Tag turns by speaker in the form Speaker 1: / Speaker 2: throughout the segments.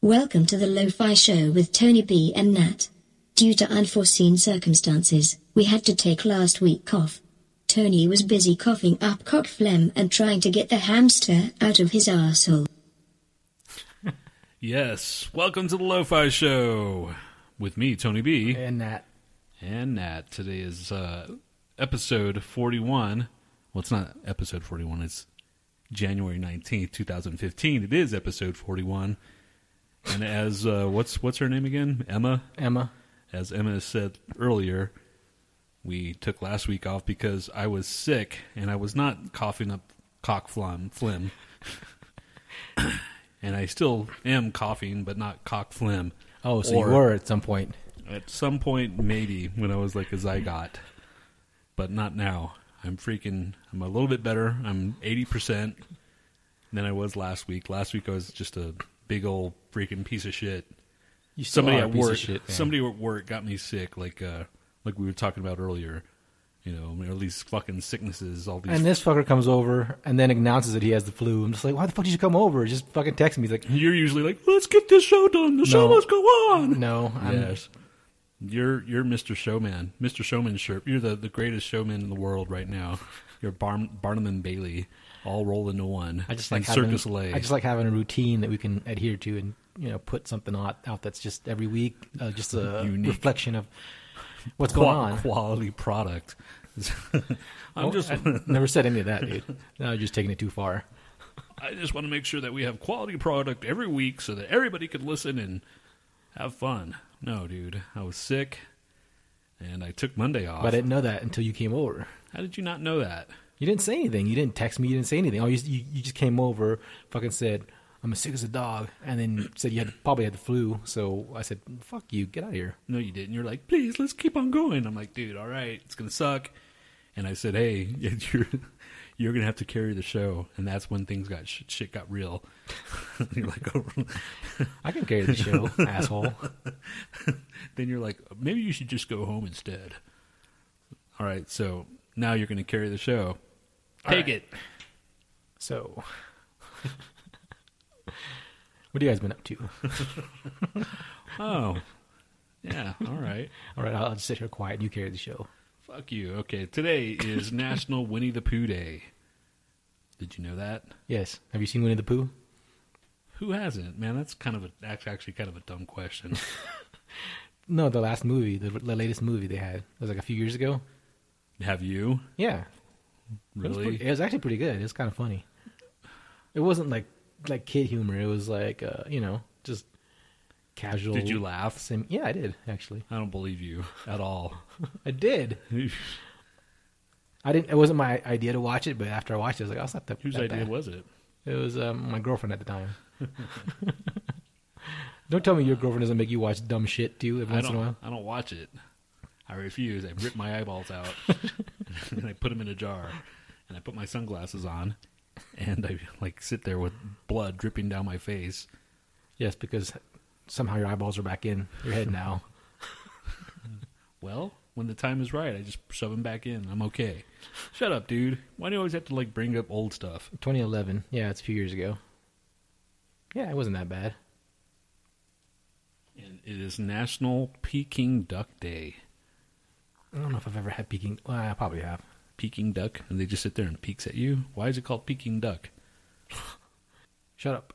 Speaker 1: Welcome to the Lo-Fi Show with Tony B and Nat. Due to unforeseen circumstances, we had to take last week off. Tony was busy coughing up cock phlegm and trying to get the hamster out of his arsehole.
Speaker 2: Yes, welcome to the Lo-Fi Show with me, Tony B,
Speaker 3: And that.
Speaker 2: and Nat. Today is uh, episode forty-one. Well, it's not episode forty-one. It's January nineteenth, two thousand fifteen. It is episode forty-one. And as uh, what's what's her name again? Emma.
Speaker 3: Emma.
Speaker 2: As Emma said earlier, we took last week off because I was sick and I was not coughing up cock phlegm. phlegm. and I still am coughing, but not cock phlegm.
Speaker 3: Oh, so
Speaker 2: Or-
Speaker 3: you were at some point.
Speaker 2: At some point, maybe when I was like a zygote, but not now. I'm freaking. I'm a little bit better. I'm 80 percent than I was last week. Last week I was just a big old freaking piece of shit.
Speaker 3: You still
Speaker 2: Somebody
Speaker 3: are a
Speaker 2: at
Speaker 3: piece of
Speaker 2: work.
Speaker 3: shit, man.
Speaker 2: somebody at work got me sick. Like uh, like we were talking about earlier. You know, all these fucking sicknesses. All these.
Speaker 3: And this fucker comes over and then announces that he has the flu. I'm just like, why the fuck did you come over? Just fucking text me. He's like,
Speaker 2: You're usually like, let's get this show done. The show
Speaker 3: No.
Speaker 2: must go on.
Speaker 3: no, I'm,
Speaker 2: Yes. You're you're Mr. Showman, Mr. Showman Sherp. You're the, the greatest showman in the world right now. You're Barn, Barnum and Bailey, all rolled into one.
Speaker 3: I just like
Speaker 2: and
Speaker 3: having,
Speaker 2: Circus Soleil.
Speaker 3: I just like having a routine that we can adhere to and you know put something out, out that's just every week, uh, just a
Speaker 2: Unique.
Speaker 3: reflection of what's
Speaker 2: Qua-
Speaker 3: going on.
Speaker 2: quality product. I'm
Speaker 3: Oh,
Speaker 2: just
Speaker 3: I never said any of that, dude. No, you're just taking it too far.
Speaker 2: I just want to make sure that we have quality product every week so that everybody could listen and have fun. No, dude, I was sick, and I took Monday off.
Speaker 3: But I didn't know that until you came over.
Speaker 2: How did you not know that?
Speaker 3: You didn't say anything. You didn't text me. You didn't say anything. Oh, you, you, you just came over, fucking said, I'm as sick as a dog, and then said you had probably had the flu. So I said, fuck you, get out of here.
Speaker 2: No, you didn't. You're like, please, let's keep on going. I'm like, dude, all right, it's gonna suck. And I said, hey, you're you're gonna have to carry the show. And that's when things got shit, shit got real. you're like, oh.
Speaker 3: I can carry the show, asshole.
Speaker 2: then you're like, maybe you should just go home instead. All right, so now you're gonna carry the show.
Speaker 3: All
Speaker 2: Take
Speaker 3: right.
Speaker 2: it.
Speaker 3: So, what you guys been up to?
Speaker 2: Oh, yeah. All right.
Speaker 3: All right, I'll just sit here quiet. You carry the show.
Speaker 2: Fuck you. Okay, today is National Winnie the Pooh Day. Did you know that?
Speaker 3: Yes. Have you seen Winnie the Pooh?
Speaker 2: Who hasn't? Man, that's kind of a that's actually kind of a dumb question.
Speaker 3: No, the last movie, the, the latest movie they had. It was like a few years ago.
Speaker 2: Have you?
Speaker 3: Yeah, It was,
Speaker 2: Really?
Speaker 3: pretty- it was actually pretty good. It was kind of funny. It wasn't like like kid humor. It was like uh, you know just casual.
Speaker 2: Did you laugh?
Speaker 3: Sim- yeah, I did actually.
Speaker 2: I don't believe you at all.
Speaker 3: I did.
Speaker 2: Whose
Speaker 3: I didn't. It wasn't my idea to watch it, but after I watched it, I was like, "Oh, it's not that." that
Speaker 2: idea
Speaker 3: bad."
Speaker 2: was it?
Speaker 3: It was um, my girlfriend at the time. Don't tell me your girlfriend doesn't make you watch dumb shit too every
Speaker 2: I
Speaker 3: once in a
Speaker 2: don't.
Speaker 3: while.
Speaker 2: I don't watch it. I refuse. I rip my eyeballs out and I put them in a jar, and I put my sunglasses on, and I like sit there with blood dripping down my face.
Speaker 3: Yes, because somehow your eyeballs are back in your head now.
Speaker 2: Well, when the time is right, I just shove them back in. I'm okay. Shut up, dude. Why do you always have to like bring up old stuff?
Speaker 3: 2011. Yeah, it's a few years ago. Yeah, it wasn't that bad.
Speaker 2: And it is National Peking Duck Day.
Speaker 3: I don't know if I've ever had Peking. Well, I probably have.
Speaker 2: Peking duck, and they just sit there and peeks at you. Why is it called Peking duck?
Speaker 3: Shut up.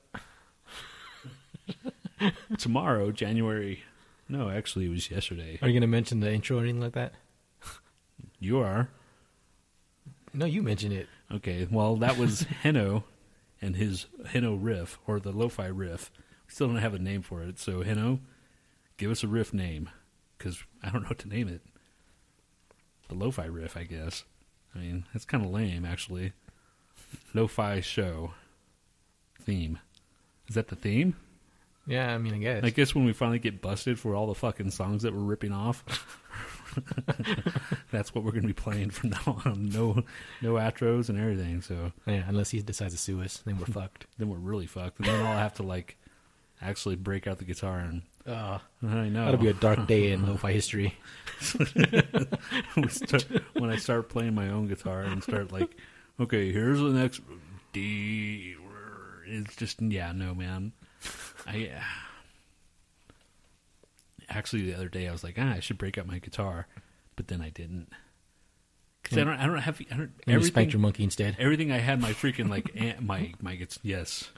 Speaker 2: tomorrow, January. No, actually, it was yesterday.
Speaker 3: Are you going to mention the intro or anything like that?
Speaker 2: You are
Speaker 3: No, you mentioned it.
Speaker 2: okay. Well, that was Heno and his Heno riff or the lo-fi riff. We still don't have a name for it. So Heno, give us a riff name because I don't know what to name it. The lo-fi riff, I guess. I mean, that's kind of lame, actually. Lo-fi show theme. Is that the theme?
Speaker 3: Yeah, I mean, I guess.
Speaker 2: I guess when we finally get busted for all the fucking songs that we're ripping off, that's what we're going to be playing from now on. No, no outros and everything. So
Speaker 3: yeah, unless he decides to sue us, then we're fucked.
Speaker 2: then we're really fucked. And then I'll have to like actually break out the guitar and
Speaker 3: Uh,
Speaker 2: I know
Speaker 3: That'll be a dark day in lo-fi history.
Speaker 2: We start- when I start playing my own guitar and start like, okay, here's the next D. It's just yeah, no man. I actually the other day I was like, ah, I should break up my guitar, but then I didn't. Because I don't, I don't have I don't,
Speaker 3: And you spanked your
Speaker 2: everything.
Speaker 3: monkey instead.
Speaker 2: Everything I had my freaking like aunt, my my it's yes,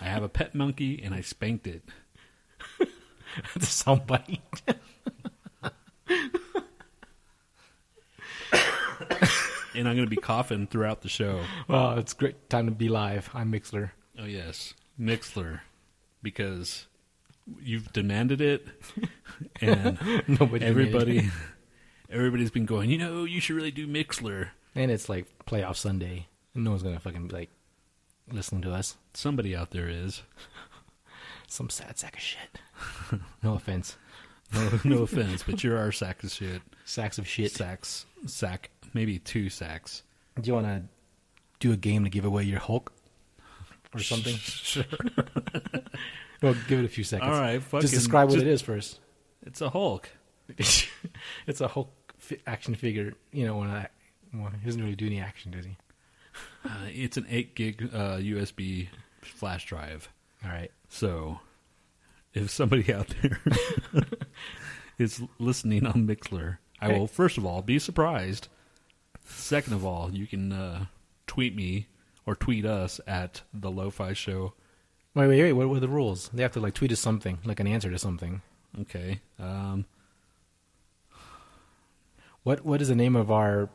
Speaker 2: I have a pet monkey and I spanked it.
Speaker 3: That's a soundbite.
Speaker 2: and I'm going to be coughing throughout the show.
Speaker 3: Well, it's great time to be live. I'm Mixler.
Speaker 2: Oh yes, Mixler, because you've demanded it, and
Speaker 3: Nobody
Speaker 2: everybody, everybody's been going. You know, you should really do Mixler.
Speaker 3: And it's like playoff Sunday. No one's gonna fucking like listen to us.
Speaker 2: Somebody out there is.
Speaker 3: Some sad sack of shit. no offense.
Speaker 2: No, no offense, but you're our sack of shit.
Speaker 3: Sacks of shit.
Speaker 2: Sacks, sack, maybe two sacks
Speaker 3: Do you wanna do a game to give away your Hulk? Or something?
Speaker 2: Sure.
Speaker 3: Well, give it a few seconds.
Speaker 2: All right, fucking-
Speaker 3: Just describe what
Speaker 2: just-
Speaker 3: it is first.
Speaker 2: It's a Hulk.
Speaker 3: it's a Hulk fi- action figure. You know, when I well, he doesn't really do any action, does he?
Speaker 2: Uh, it's an eight gig uh, USB flash drive.
Speaker 3: All right.
Speaker 2: So, if somebody out there is listening on Mixler, I
Speaker 3: Hey.
Speaker 2: will first of all be surprised. Second of all, you can uh, tweet me or tweet us at the Lo-Fi Show.
Speaker 3: Wait, wait, wait. What were the rules? They have to like tweet us something, like an answer to something.
Speaker 2: Okay, um,
Speaker 3: What What is the name of our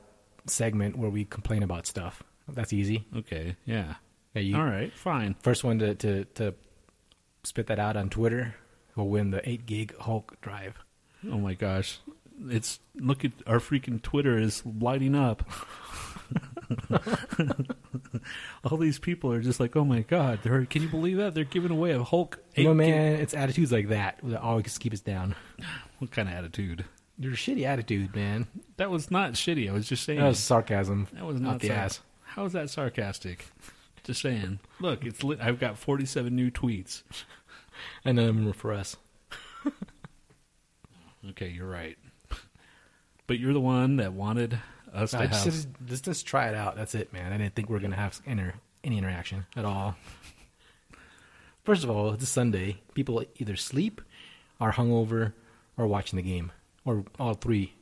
Speaker 3: segment where we complain about stuff? That's easy.
Speaker 2: okay, yeah,
Speaker 3: Yeah, you,
Speaker 2: all right, fine.
Speaker 3: First one to, to to spit that out on Twitter will win the eight gig Hulk drive.
Speaker 2: Oh my gosh, it's look at our freaking Twitter is lighting up. all these people are just like, oh my god, they're, can you believe that they're giving away a Hulk?
Speaker 3: You know,
Speaker 2: eight-gig-
Speaker 3: man, it's attitudes like that that always keep us down.
Speaker 2: What kind of attitude?
Speaker 3: Your shitty attitude, man.
Speaker 2: That was not shitty. I was just saying.
Speaker 3: That was sarcasm.
Speaker 2: not
Speaker 3: the
Speaker 2: sar-
Speaker 3: ass.
Speaker 2: How is that sarcastic? Just saying. Look, it's lit. I've got 47 new tweets.
Speaker 3: And none of them were for us.
Speaker 2: Okay, you're right. But you're the one that wanted us to
Speaker 3: I just,
Speaker 2: have.
Speaker 3: just, just just try it out. That's it, man. I didn't think we are gonna have inter, any interaction at all. First of all, it's a Sunday. People either sleep, are hungover, or watching the game, or all three.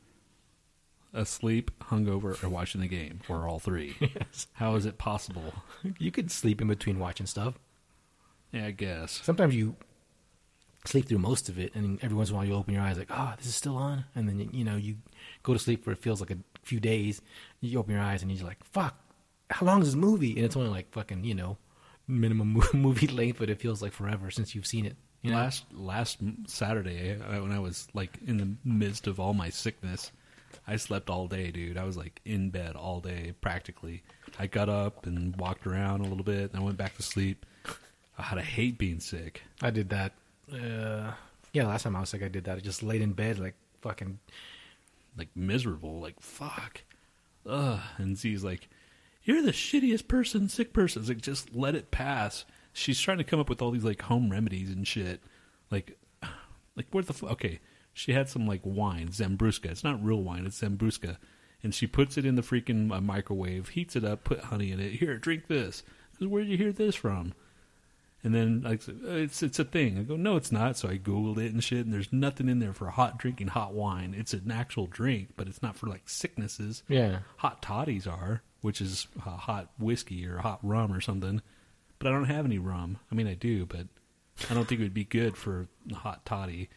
Speaker 2: asleep, hungover, or watching the game, or all three.
Speaker 3: Yes.
Speaker 2: How is it possible?
Speaker 3: You could sleep in between watching stuff.
Speaker 2: Yeah, I guess.
Speaker 3: Sometimes you sleep through most of it, and every once in a while you open your eyes like, "Oh, this is still on," and then you know you go to sleep for it feels like a few days. You open your eyes and you're like, "Fuck, how long is this movie?" And it's only like fucking you know minimum mo- movie length, but it feels like forever since you've seen it. You know?
Speaker 2: Last last m- Saturday, I, when I was like in the midst of all my sickness, I slept all day, dude. I was like in bed all day practically. I got up and walked around a little bit, and I went back to sleep. God, I hate being sick.
Speaker 3: I did that. Uh, yeah, last time I was like, I did that. I just laid in bed like fucking.
Speaker 2: like miserable, like fuck, ugh. And Z's like, "You're the shittiest person, sick person." It's like, just let it pass. She's trying to come up with all these like home remedies and shit. Like, like where the fu- okay? She had some like wine, Zambruska. It's not real wine; it's Zambruska. And she puts it in the freaking uh, microwave, heats it up, put honey in it. Here, drink this. Where would you hear this from? And then like uh, it's it's a thing. I go, no, it's not. So I googled it and shit, and there's nothing in there for hot drinking hot wine. It's an actual drink, but it's not for like sicknesses.
Speaker 3: Yeah.
Speaker 2: Hot toddies are, which is uh, hot whiskey or hot rum or something. But I don't have any rum. I mean, I do, but I don't think it would be good for a hot toddy.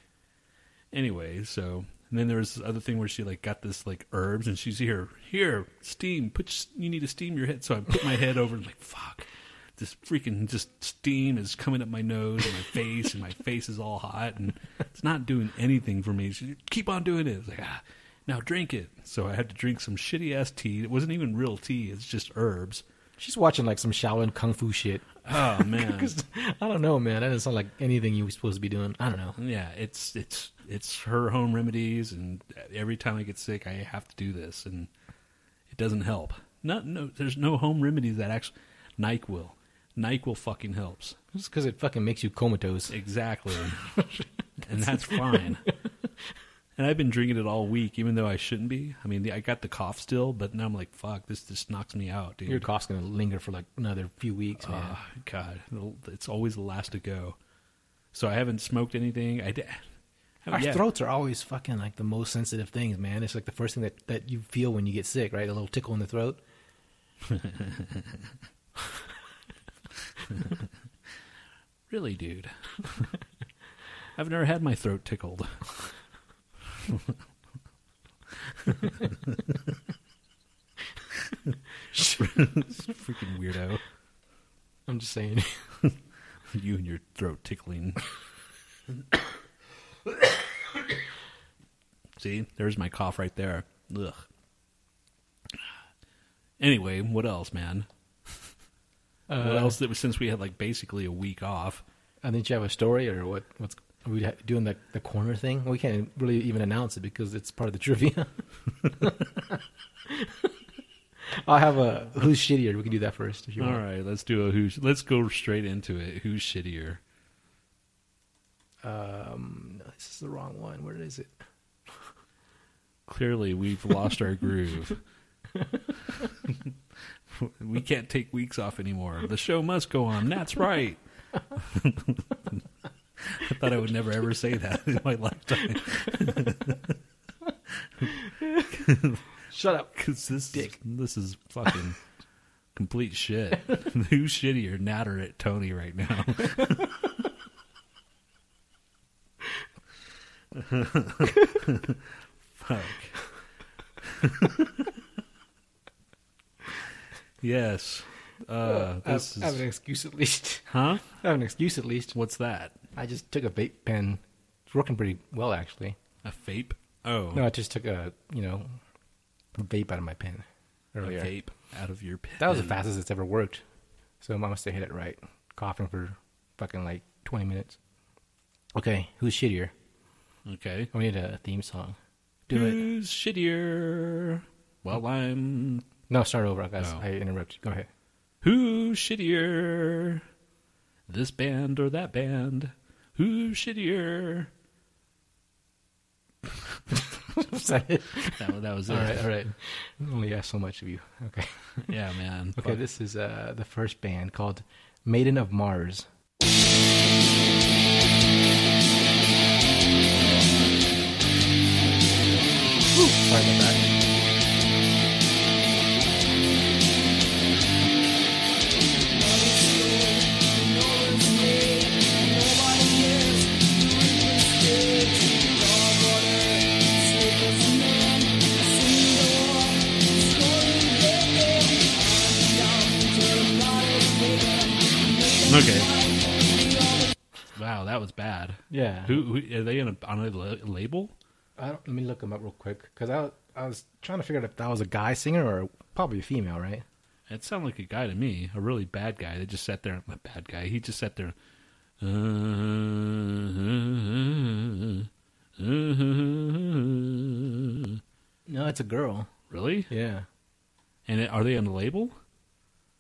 Speaker 2: Anyway, so and then there was this other thing where she like got this like herbs, and she's here, here, steam. Put your- you need to steam your head. So I put my head over and like fuck, this freaking just steam is coming up my nose and my face, and my face is all hot, and it's not doing anything for me. She keep on doing it. It's like ah, now drink it. So I had to drink some shitty ass tea. It wasn't even real tea. It's just herbs.
Speaker 3: She's watching like some Shaolin kung fu shit.
Speaker 2: Oh man.
Speaker 3: 'Cause- I don't know, man. That doesn't sound like anything you were supposed to be doing. I don't know.
Speaker 2: Yeah, it's it's it's her home remedies, and every time I get sick, I have to do this, and it doesn't help. Not no, there's no home remedies that actually Nyquil, Nyquil fucking helps
Speaker 3: Just because it fucking makes you comatose.
Speaker 2: exactly, and that's fine. And I've been drinking it all week, even though I shouldn't be. I mean, I got the cough still, but now I'm like, fuck, this just knocks me out, dude.
Speaker 3: Your cough's gonna linger for like another few weeks, man.
Speaker 2: Oh, God, it's always the last to go. So I haven't smoked anything. I, d- Oh,
Speaker 3: Our
Speaker 2: yeah.
Speaker 3: throats are always fucking like the most sensitive things, man. It's like the first thing that, that you feel when you get sick, right? A little tickle in the throat.
Speaker 2: Really, dude. I've never had my throat tickled. Freaking weirdo.
Speaker 3: I'm just saying.
Speaker 2: You and your throat tickling. See, there's my cough right there. Ugh. Anyway, what else, man? what
Speaker 3: Uh,
Speaker 2: else? That was since we had like basically a week off.
Speaker 3: I think you have a story or what? What's are we ha- doing the the corner thing? We can't really even announce it because it's part of the trivia. I'll have a who's shittier. We can do that first if you
Speaker 2: All
Speaker 3: want.
Speaker 2: right, let's do a who's. Let's go straight into it. Who's shittier?
Speaker 3: Um, no, this is the wrong one. Where is it?
Speaker 2: Clearly, we've lost our groove. we can't take weeks off anymore. The show must go on. That's right. I thought I would never ever say that in my lifetime
Speaker 3: Shut up.
Speaker 2: because this
Speaker 3: Dick.
Speaker 2: Is, this is fucking complete shit. Who's shittier, Nat or at Tony right now? Fuck. yes. Uh,
Speaker 3: I
Speaker 2: this
Speaker 3: have, I have
Speaker 2: is
Speaker 3: an excuse at least.
Speaker 2: huh?
Speaker 3: I have an excuse at least.
Speaker 2: What's that?
Speaker 3: I just took a vape pen. It's working pretty well actually.
Speaker 2: A vape? Oh,
Speaker 3: No, I just took a you know a vape out of my pen
Speaker 2: a
Speaker 3: earlier.
Speaker 2: vape out of your pen.
Speaker 3: That was the fastest it's ever worked. So I must have hit it right. Coughing for fucking like 20 minutes. Okay, who's shittier?
Speaker 2: Okay.
Speaker 3: Oh, We need a theme song. Do it.
Speaker 2: Who's shittier? Well, I'm
Speaker 3: No, start over, guys.
Speaker 2: No.
Speaker 3: I interrupted. Go ahead.
Speaker 2: Who's shittier? This band or that band? Who's shittier?
Speaker 3: Is that it?
Speaker 2: That, that was it.
Speaker 3: all right, all right. Only ask so much of you. Okay.
Speaker 2: Yeah, man.
Speaker 3: Okay,
Speaker 2: Fuck.
Speaker 3: this is uh, the first band called Maiden of Mars. Whew, sorry about that.
Speaker 2: Okay. Wow, that was bad.
Speaker 3: Yeah.
Speaker 2: Who, who are they in a, on a la- label?
Speaker 3: I don't, let me look him up real quick because I, I was trying to figure out if that was a guy singer or probably a female, right?
Speaker 2: It sounded like a guy to me, a really bad guy that just sat there. A bad guy. He just sat there. "Uh, uh,
Speaker 3: No, it's a girl.
Speaker 2: Really?
Speaker 3: Yeah.
Speaker 2: And it- are they on the label?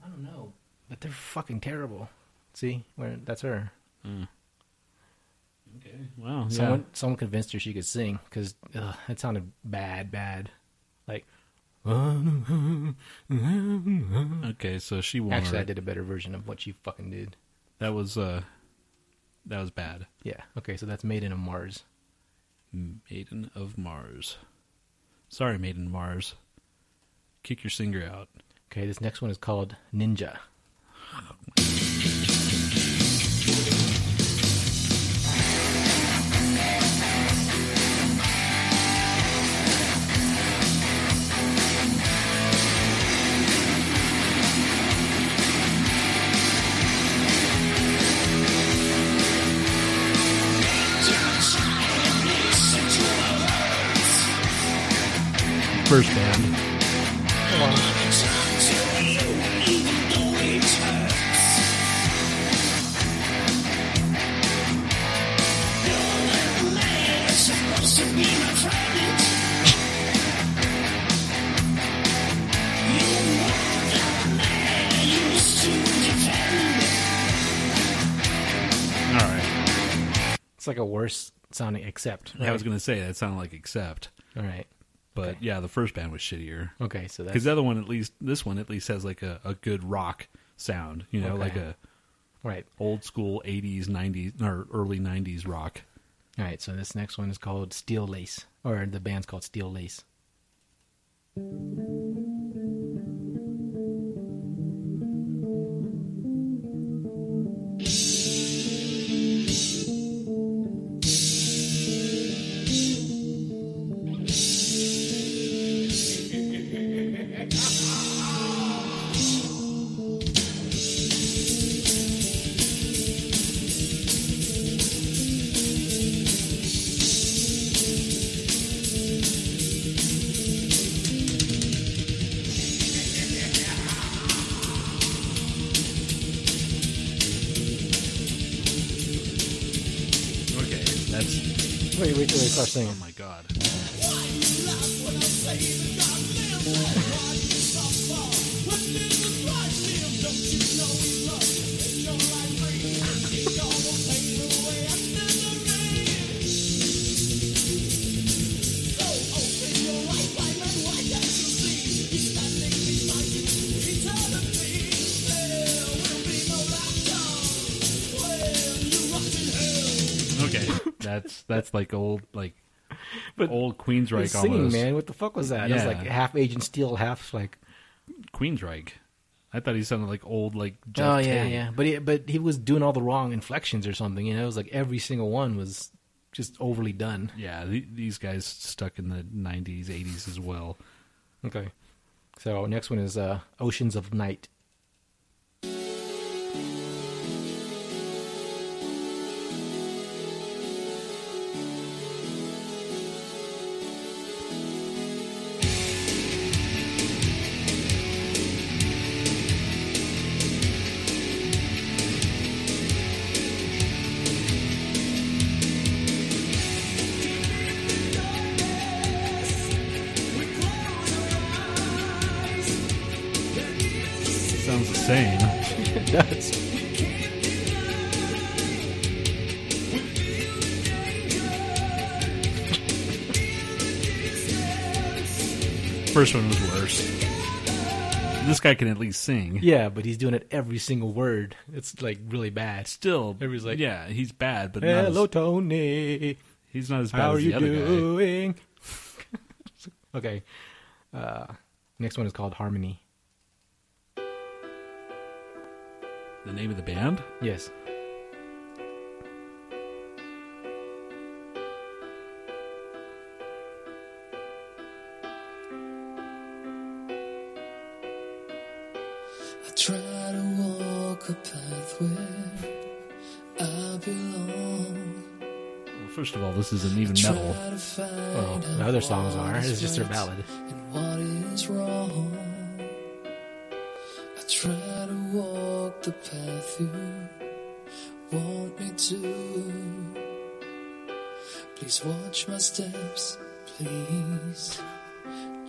Speaker 3: I don't know, but they're fucking terrible. See, where that's her.
Speaker 2: Okay. Wow. yeah.
Speaker 3: Someone someone convinced her she could sing because that sounded bad, bad. Like,
Speaker 2: Okay, so she won.
Speaker 3: actually, I
Speaker 2: already.
Speaker 3: did a better version of what she fucking did.
Speaker 2: That was uh that was bad.
Speaker 3: Yeah. Okay, so that's Maiden of Mars.
Speaker 2: Maiden of Mars. Sorry, Maiden of Mars. Kick your singer out.
Speaker 3: Okay, this next one is called Ninja.
Speaker 2: First band. All right.
Speaker 3: It's like a worse sounding except.
Speaker 2: I was gonna say that sounded like Accept,
Speaker 3: All right.
Speaker 2: but yeah, the first band was shittier.
Speaker 3: Okay, so that's
Speaker 2: Because the other one, at least this one, at least has like a, a good rock sound. You know,
Speaker 3: Okay.
Speaker 2: like a
Speaker 3: right.
Speaker 2: old school '80s, '90s, or early '90s rock.
Speaker 3: All right, so this next one is called Steel Lace, or the band's called Steel Lace.
Speaker 2: Okay, that's
Speaker 3: Wait, wait till they start singing.
Speaker 2: oh my god. Okay, that's that's like old like
Speaker 3: But
Speaker 2: old Queensryche
Speaker 3: He's singing,
Speaker 2: almost.
Speaker 3: man. What the fuck was that? It was
Speaker 2: Yeah.
Speaker 3: like half Agent Steel, half like.
Speaker 2: Queensryche. I thought he sounded like old like Jeff
Speaker 3: oh yeah,
Speaker 2: Tay.
Speaker 3: yeah. But he, but he was doing all the wrong inflections or something. You know, it was like every single one was just overly done.
Speaker 2: Yeah, th- these guys stuck in the 90s, 80s as well.
Speaker 3: Okay. So next one is uh, Oceans of Night.
Speaker 2: Sounds the same.
Speaker 3: It does.
Speaker 2: First one was worse. This guy can at least sing.
Speaker 3: Yeah, but he's doing it every single word. It's like really bad.
Speaker 2: Still,
Speaker 3: Everybody's like-
Speaker 2: yeah, he's bad, but not
Speaker 3: Hello,
Speaker 2: as,
Speaker 3: Tony.
Speaker 2: he's not as bad
Speaker 3: How are
Speaker 2: as the
Speaker 3: you
Speaker 2: other guy.
Speaker 3: doing? okay. Uh, next one is called Harmony.
Speaker 2: The name of the band?
Speaker 3: Yes.
Speaker 4: I try to walk a path where I belong.
Speaker 2: Well, first of all, this isn't even
Speaker 4: Try
Speaker 2: metal.
Speaker 4: to find
Speaker 3: Well, the other songs are. It's just their ballad.
Speaker 4: and what is wrong. I try to walk the path you want me to. Please watch my steps, please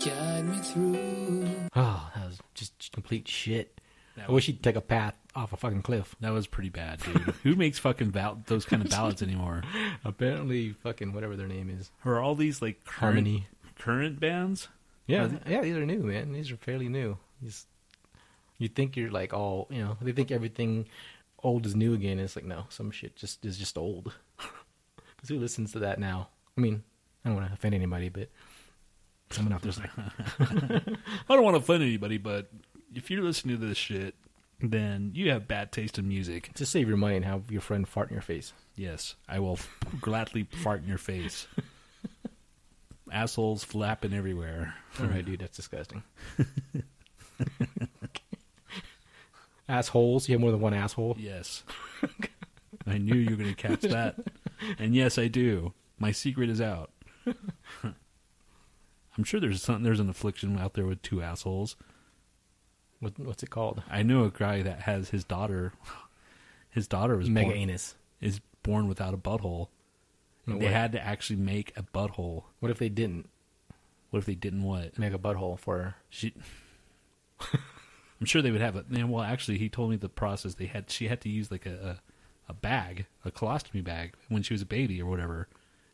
Speaker 4: guide me through.
Speaker 3: Oh, that was just complete shit.
Speaker 2: That
Speaker 3: I wish he'd take a path off a fucking cliff.
Speaker 2: That was pretty bad, dude. Who makes fucking val- those kind of ballads anymore?
Speaker 3: Apparently, fucking whatever their name is.
Speaker 2: Or are all these like current,
Speaker 3: Harmony.
Speaker 2: current bands?
Speaker 3: Yeah, yeah, these are new, man. These are fairly new. These, you think you're like all, you know, they think everything old is new again. It's like no, some shit just is just old. Because who listens to that now? I mean, I don't want to offend anybody, but someone out there's like,
Speaker 2: I don't want to offend anybody, but if you're listening to this shit, then you have bad taste in music.
Speaker 3: just save your money and have your friend fart in your face.
Speaker 2: Yes, I will f- gladly fart in your face. Assholes flapping everywhere.
Speaker 3: All right, dude, that's disgusting. Assholes. You have more than one asshole.
Speaker 2: Yes. I knew you were going to catch that. And yes, I do. My secret is out. I'm sure there's something there's an affliction out there with two assholes.
Speaker 3: What, what's it called?
Speaker 2: I know a guy that has his daughter his daughter was
Speaker 3: Mega
Speaker 2: born,
Speaker 3: anus.
Speaker 2: is born without a butthole.
Speaker 3: No
Speaker 2: they
Speaker 3: way.
Speaker 2: had to actually make a butthole.
Speaker 3: What if they didn't
Speaker 2: What if they didn't what?
Speaker 3: make a butthole for her?
Speaker 2: She I'm sure they would have it. Yeah, Well, actually, he told me the process. They had she had to use like a a, a bag, a colostomy bag, when she was a baby or whatever.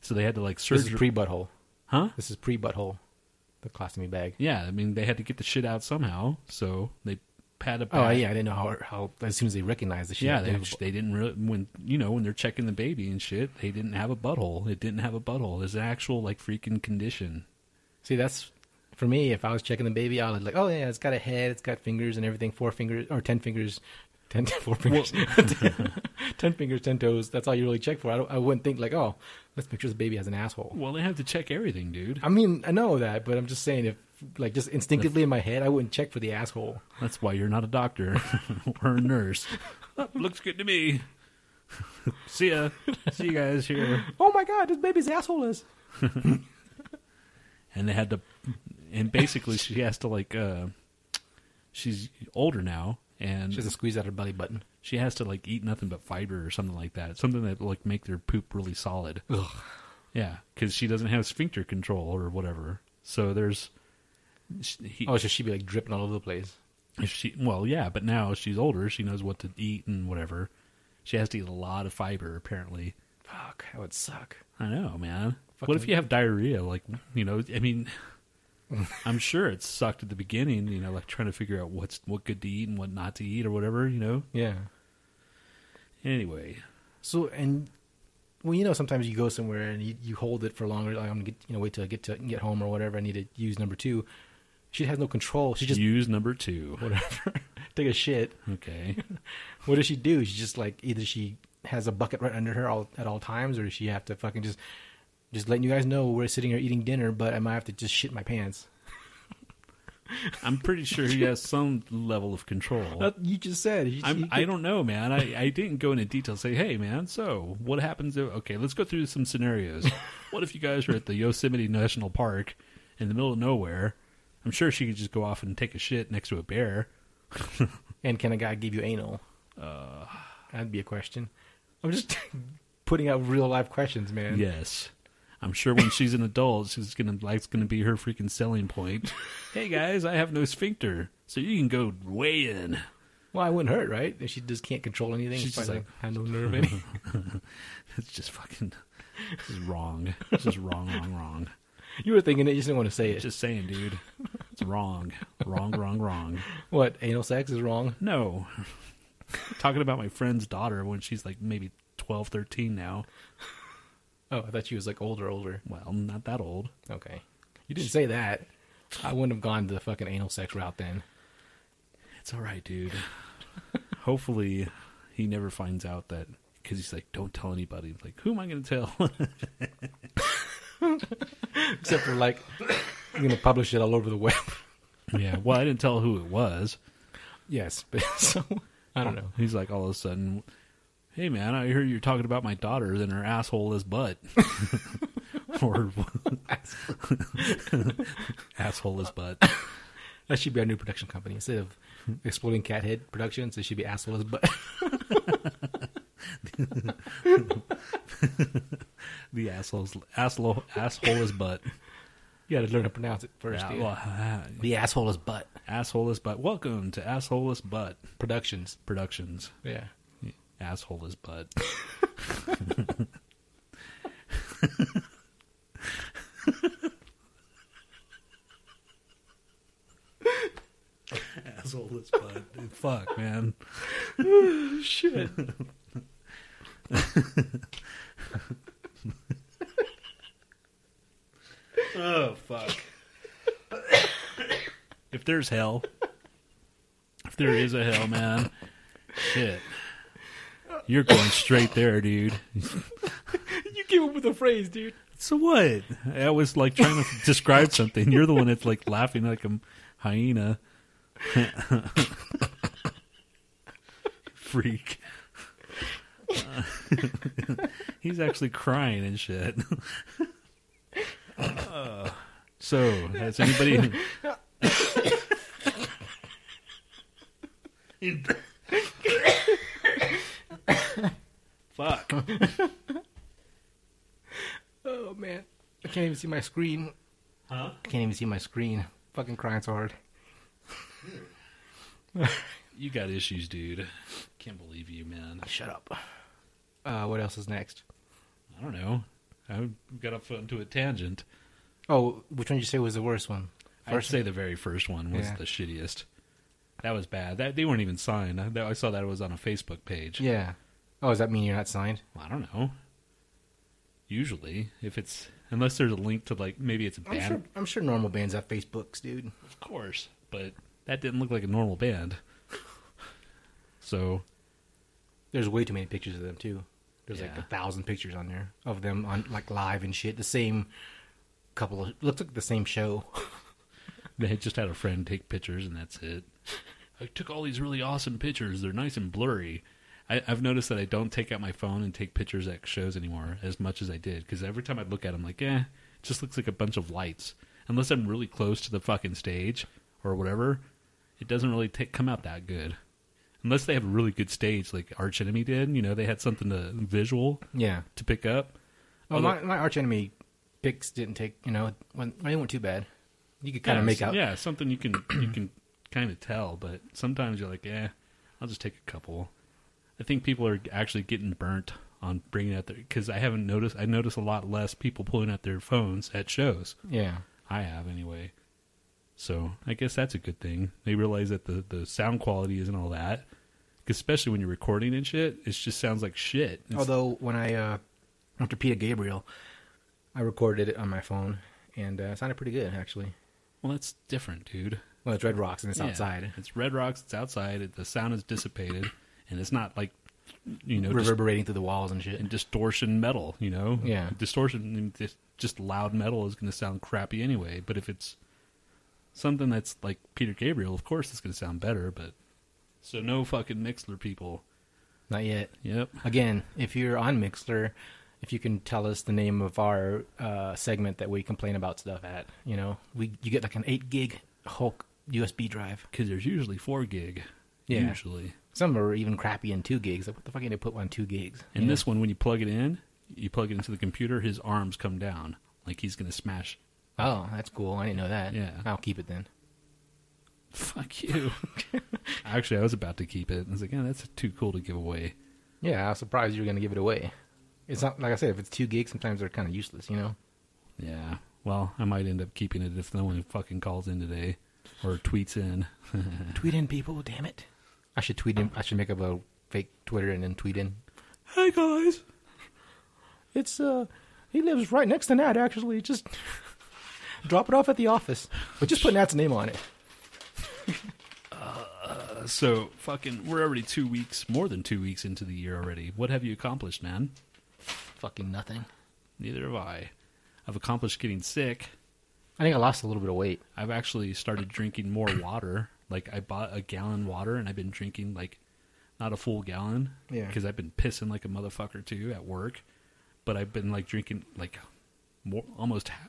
Speaker 2: So they had to like
Speaker 3: This is
Speaker 2: surgery,
Speaker 3: pre butthole.
Speaker 2: huh?
Speaker 3: This is pre butthole, the colostomy bag.
Speaker 2: Yeah, I mean they had to get the shit out somehow. So they pat a pat.
Speaker 3: Oh yeah, I didn't know how how as soon as they recognized the shit.
Speaker 2: Yeah, they,
Speaker 3: they-
Speaker 2: they didn't really when you know when they're checking the baby and shit. They didn't have a butthole. It didn't have a butthole. It's an actual like freaking condition.
Speaker 3: see that's for me. If I was checking the baby, I was like, oh yeah, it's got a head, it's got fingers and everything, four fingers or ten fingers, ten four fingers, ten fingers, ten toes. That's all you really check for. I, don't, I wouldn't think like, oh, let's make sure the baby has an asshole.
Speaker 2: Well, they have to check everything, dude.
Speaker 3: I mean, I know that, but I'm just saying if like just instinctively in my head, I wouldn't check for the asshole.
Speaker 2: That's why you're not a doctor or a nurse. Oh, looks good to me. See ya. See you guys here.
Speaker 3: Oh my god, this baby's asshole is.
Speaker 2: and they had to and basically she has to like uh she's older now and
Speaker 3: She has to squeeze out her belly button.
Speaker 2: she has to like eat nothing but fiber or something like that something that like make their poop really solid
Speaker 3: Ugh.
Speaker 2: yeah because she doesn't have sphincter control or whatever so there's sh- he,
Speaker 3: Oh, so she'd be like dripping all over the place.
Speaker 2: if she well yeah but now she's older she knows what to eat and whatever she has to eat a lot of fiber apparently
Speaker 3: Fuck, that would suck.
Speaker 2: I know, man.
Speaker 3: Fucking-
Speaker 2: What if you have diarrhea? Like, you know, I mean, I'm sure it sucked at the beginning. You know, like trying to figure out what's what good to eat and what not to eat or whatever. You know.
Speaker 3: Yeah.
Speaker 2: Anyway,
Speaker 3: So and well, you know, sometimes you go somewhere and you, you hold it for longer. Like I'm gonna get, you know wait till I get to get home or whatever. I need to use number two. She has no control. She just
Speaker 2: use number two.
Speaker 3: whatever take a shit.
Speaker 2: Okay.
Speaker 3: What does she do? She just like either she has a bucket right under her all, at all times, or she have to fucking just just letting you guys know we're sitting here eating dinner, but I might have to just shit my pants.
Speaker 2: I'm pretty sure he has some level of control.
Speaker 3: That- you just said you,
Speaker 2: I'm,
Speaker 3: you-
Speaker 2: I don't know, man. I, I didn't go into detail. Say, hey, man. So what happens? If, okay, let's go through some scenarios. what if you guys are at the Yosemite National Park in the middle of nowhere? I'm sure she could just go off and take a shit next to a bear.
Speaker 3: And can a guy give you anal? Uh, That'd be a question. I'm just putting out real life questions, man.
Speaker 2: Yes. I'm sure when she's an adult, she's gonna that's gonna be her freaking selling point. hey guys, I have no sphincter, so you can go way in.
Speaker 3: Well, I wouldn't hurt, right? If she just can't control anything,
Speaker 2: She's
Speaker 3: it's
Speaker 2: just
Speaker 3: probably
Speaker 2: like-
Speaker 3: I have no nerve any.
Speaker 2: It's just fucking. This is wrong. This is wrong, wrong, wrong.
Speaker 3: you were thinking it, you just didn't want to say it.
Speaker 2: Just saying, dude. It's wrong, wrong, wrong, wrong.
Speaker 3: what anal sex is wrong?
Speaker 2: No. Talking about my friend's daughter when she's like maybe 12, 13 now.
Speaker 3: Oh, I thought she was like older, older.
Speaker 2: Well, not that old.
Speaker 3: Okay, you didn't say that. I wouldn't have gone the fucking anal sex route then.
Speaker 2: It's all right, dude. Hopefully, he never finds out that because he's like, don't tell anybody. Like, who am I going to tell?
Speaker 3: Except for like, I'm gonna publish it all over the web.
Speaker 2: yeah. Well, I didn't tell who it was.
Speaker 3: yes, but so I don't know.
Speaker 2: He's like all of a sudden, hey man, I hear you're talking about my daughter and her asshole is butt, or asshole is butt.
Speaker 3: That should be our new production company instead of Exploding Cathead Productions. It should be assholes, but
Speaker 2: The asshole's asshole asshole is butt.
Speaker 3: you got to learn how to pronounce it first.
Speaker 2: Yeah,
Speaker 3: dude.
Speaker 2: well,
Speaker 3: the asshole is butt
Speaker 2: asshole is butt. Welcome to asshole is butt
Speaker 3: productions.
Speaker 2: productions.
Speaker 3: Yeah.
Speaker 2: asshole is butt. asshole is butt. Fuck, man.
Speaker 3: Shit.
Speaker 2: Oh, fuck. if there's hell, if there is a hell, man, shit. You're going straight there, dude.
Speaker 3: you came up with a phrase, dude.
Speaker 2: So what? I was like trying to describe something. You're the one that's like laughing like a hyena. Freak. He's actually crying and shit. Uh, so, has anybody. Fuck.
Speaker 3: Oh man, I can't even see my screen.
Speaker 2: Huh?
Speaker 3: I can't even see my screen. Fucking crying so hard.
Speaker 2: You got issues, dude. Can't believe you, man.
Speaker 3: Shut up. Uh, what else is next?
Speaker 2: I don't know. I got off onto a tangent.
Speaker 3: Oh, which one did you say was the worst one?
Speaker 2: I'd say the very first one was
Speaker 3: Yeah.
Speaker 2: the shittiest. That was bad. That they weren't even signed. I, I saw that it was on a Facebook page.
Speaker 3: Yeah. Oh, does that mean you're not signed?
Speaker 2: Well, I don't know. Usually, if it's unless there's a link to like maybe it's a
Speaker 3: I'm
Speaker 2: band,
Speaker 3: sure. I'm sure normal bands have Facebooks, dude.
Speaker 2: of course, but that didn't look like a normal band. So
Speaker 3: There's way too many pictures of them too. There's like
Speaker 2: Yeah.
Speaker 3: a thousand pictures on there of them on like live and shit. The same couple of looks like the same show.
Speaker 2: they had just had a friend take pictures, and that's it. I took all these really awesome pictures. They're nice and blurry. I, I've noticed that I don't take out my phone and take pictures at shows anymore as much as I did because every time I look at them, like, eh, it just looks like a bunch of lights. Unless I'm really close to the fucking stage or whatever, it doesn't really take, come out that good. Unless they have a really good stage, like Arch Enemy did. You know, they had something to visual
Speaker 3: Yeah.
Speaker 2: to pick up.
Speaker 3: Well,
Speaker 2: Oh,
Speaker 3: my, my arch enemy picks didn't take. You know, when they weren't too bad. You could kind
Speaker 2: yeah,
Speaker 3: of make
Speaker 2: so-
Speaker 3: out.
Speaker 2: Yeah, something you can you can kind of tell, but sometimes you're like, eh, I'll just take a couple. I think people are actually getting burnt on bringing out their because I haven't noticed. I notice a lot less people pulling out their phones at shows.
Speaker 3: Yeah.
Speaker 2: I have anyway. So I guess that's a good thing. They realize that the the sound quality isn't all that. 'Cause Especially when you're recording and shit, it just sounds like shit. It's-
Speaker 3: Although when I uh, went to Peter Gabriel, I recorded it on my phone and uh, it sounded pretty good actually.
Speaker 2: well, that's different, dude.
Speaker 3: Well, it's Red Rocks and it's
Speaker 2: Yeah.
Speaker 3: outside,
Speaker 2: It's Red Rocks. It's outside. It, the sound is dissipated, and it's not like you know just
Speaker 3: reverberating through the walls and shit.
Speaker 2: and distortion metal, you know?
Speaker 3: Yeah.
Speaker 2: Distortion, just, just loud metal is going to sound crappy anyway. But if it's something that's like Peter Gabriel, of course it's going to sound better. But so no fucking Mixler people.
Speaker 3: Not yet.
Speaker 2: Yep.
Speaker 3: Again, if you're on Mixler, if you can tell us the name of our uh, segment that we complain about stuff at, you know, we you get like an eight gig Hulk USB drive.
Speaker 2: Because there's usually four gig.
Speaker 3: Yeah.
Speaker 2: Usually.
Speaker 3: Some are even crappy in two gigs. Like, what the fuck did they put on two gigs?
Speaker 2: And
Speaker 3: You know?
Speaker 2: this one, when you plug it in, you plug it into the computer, his arms come down. Like he's going to smash.
Speaker 3: Oh, that's cool. I didn't know that.
Speaker 2: Yeah.
Speaker 3: I'll keep it then.
Speaker 2: Fuck you. Actually, I was about to keep it. I was like, yeah, that's too cool to give away.
Speaker 3: Yeah, I was surprised you were gonna give it away. It's not like I said. If it's two gigs, sometimes they're kind of useless, you know.
Speaker 2: Yeah. Well, I might end up keeping it if no one fucking calls in today or tweets in.
Speaker 3: tweet in people, damn it! I should tweet in. I should make up a fake Twitter and then tweet in.
Speaker 2: Hey guys.
Speaker 3: It's uh, he lives right next to Nat. Actually, just drop it off at the office, but just put Nat's name on it.
Speaker 2: Uh, So fucking, we're already two weeks, more than two weeks into the year already. What have you accomplished, man?
Speaker 3: Fucking nothing.
Speaker 2: Neither have I. I've accomplished getting sick.
Speaker 3: I think I lost a little bit of weight.
Speaker 2: I've actually started drinking more water. Like I bought a gallon water and I've been drinking like not a full gallon.
Speaker 3: Yeah.
Speaker 2: Because I've been pissing like a motherfucker too at work, but I've been like drinking like more almost ha-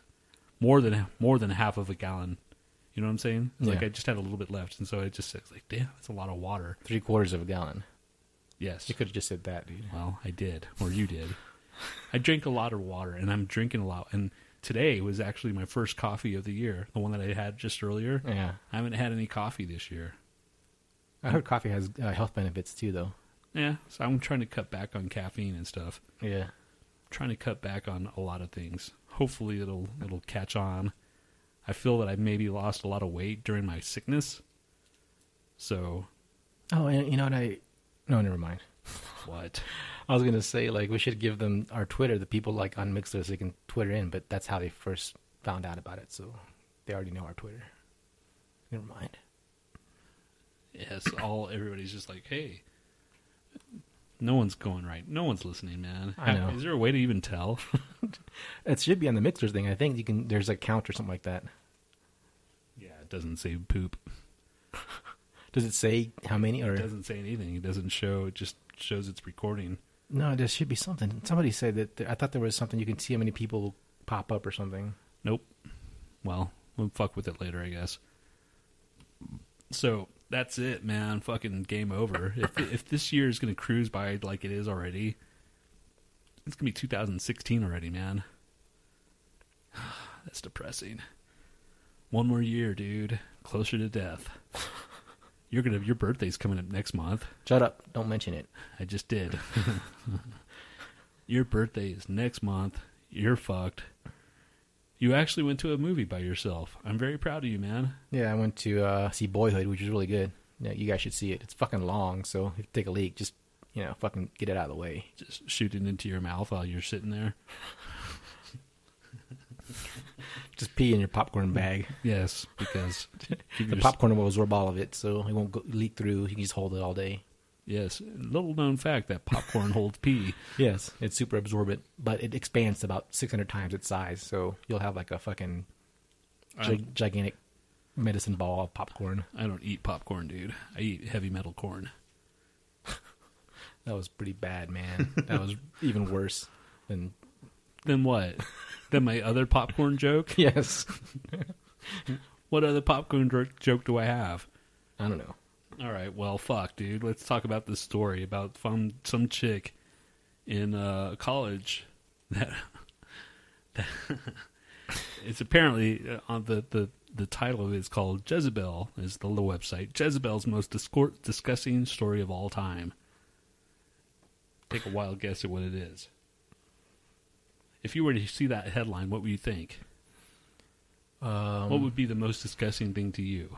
Speaker 2: more than more than half of a gallon. You know what I'm saying? It's Like
Speaker 3: Yeah.
Speaker 2: I just had a little bit left, and so I just it's like, damn, that's a lot of water.
Speaker 3: Three quarters of a gallon.
Speaker 2: Yes.
Speaker 3: You could have just said that, dude.
Speaker 2: Well, I did, or you did. I drink a lot of water, and I'm drinking a lot. And today was actually my first coffee of the year, the one that I had just earlier.
Speaker 3: Yeah,
Speaker 2: I haven't had any coffee this year.
Speaker 3: I heard coffee has uh, health benefits too, though.
Speaker 2: Yeah, so I'm trying to cut back on caffeine and stuff.
Speaker 3: Yeah,
Speaker 2: trying to cut back on a lot of things. Hopefully, it'll it'll catch on. I feel that I maybe lost a lot of weight during my sickness. So
Speaker 3: Oh, and you know what I? No, never mind.
Speaker 2: what?
Speaker 3: I was gonna say like we should give them our Twitter, the people like on Mixler, so they can Twitter in. But that's how they first found out about it, so they already know our Twitter. Never mind.
Speaker 2: Yes, all everybody's just like, hey, no one's going right. No one's listening, man.
Speaker 3: I know.
Speaker 2: Is there a way to even tell?
Speaker 3: It should be on the Mixler thing. I think you can. There's a count or something like that.
Speaker 2: yeah, it doesn't say poop.
Speaker 3: Does it say how many or
Speaker 2: It doesn't say anything. It doesn't show. It just shows it's recording.
Speaker 3: no? There should be something. Somebody said that. There, I thought there was something you can see how many people pop up or something.
Speaker 2: Nope. Well, we'll fuck with it later, I guess. So that's it, man. Fucking game over. If if this year is gonna cruise by like it is already, it's gonna be 2016 already, man. That's depressing. One more year, dude. Closer to death. You're gonna your birthday's coming up next month.
Speaker 3: Shut up! Don't mention it.
Speaker 2: I just did. Your birthday is next month. You're fucked. You actually went to a movie by yourself. I'm very proud of you, man.
Speaker 3: Yeah, I went to uh, see Boyhood, which was really good. you, know, you guys should see it. It's fucking long, so if you take a leak, just you know, fucking get it out of the way.
Speaker 2: Just shooting into your mouth while you're sitting there.
Speaker 3: Just pee in your popcorn bag.
Speaker 2: Yes, because keep
Speaker 3: The
Speaker 2: your-
Speaker 3: popcorn will absorb all of it, so it won't go, leak through. You can just hold it all day.
Speaker 2: Yes, little known fact that popcorn holds pee.
Speaker 3: Yes, it's super absorbent, but it expands about 600 times its size, so you'll have like a fucking gi-
Speaker 2: I'm-
Speaker 3: gigantic medicine ball of popcorn.
Speaker 2: I don't eat popcorn, dude. I eat heavy metal corn.
Speaker 3: That was pretty bad, man. That was even worse than
Speaker 2: Then what? then my other popcorn joke.
Speaker 3: yes.
Speaker 2: What other popcorn jo- joke do I have?
Speaker 3: I don't know.
Speaker 2: All right, well, fuck, dude. Let's talk about this story about some some chick in uh, college that, it's apparently uh, on the, the the title of it is called Jezebel is the little website Jezebel's most discor- disgusting story of all time. Take a wild guess at what it is. If you were to see that headline, what would you think?
Speaker 3: Um,
Speaker 2: what would be the most disgusting thing to you?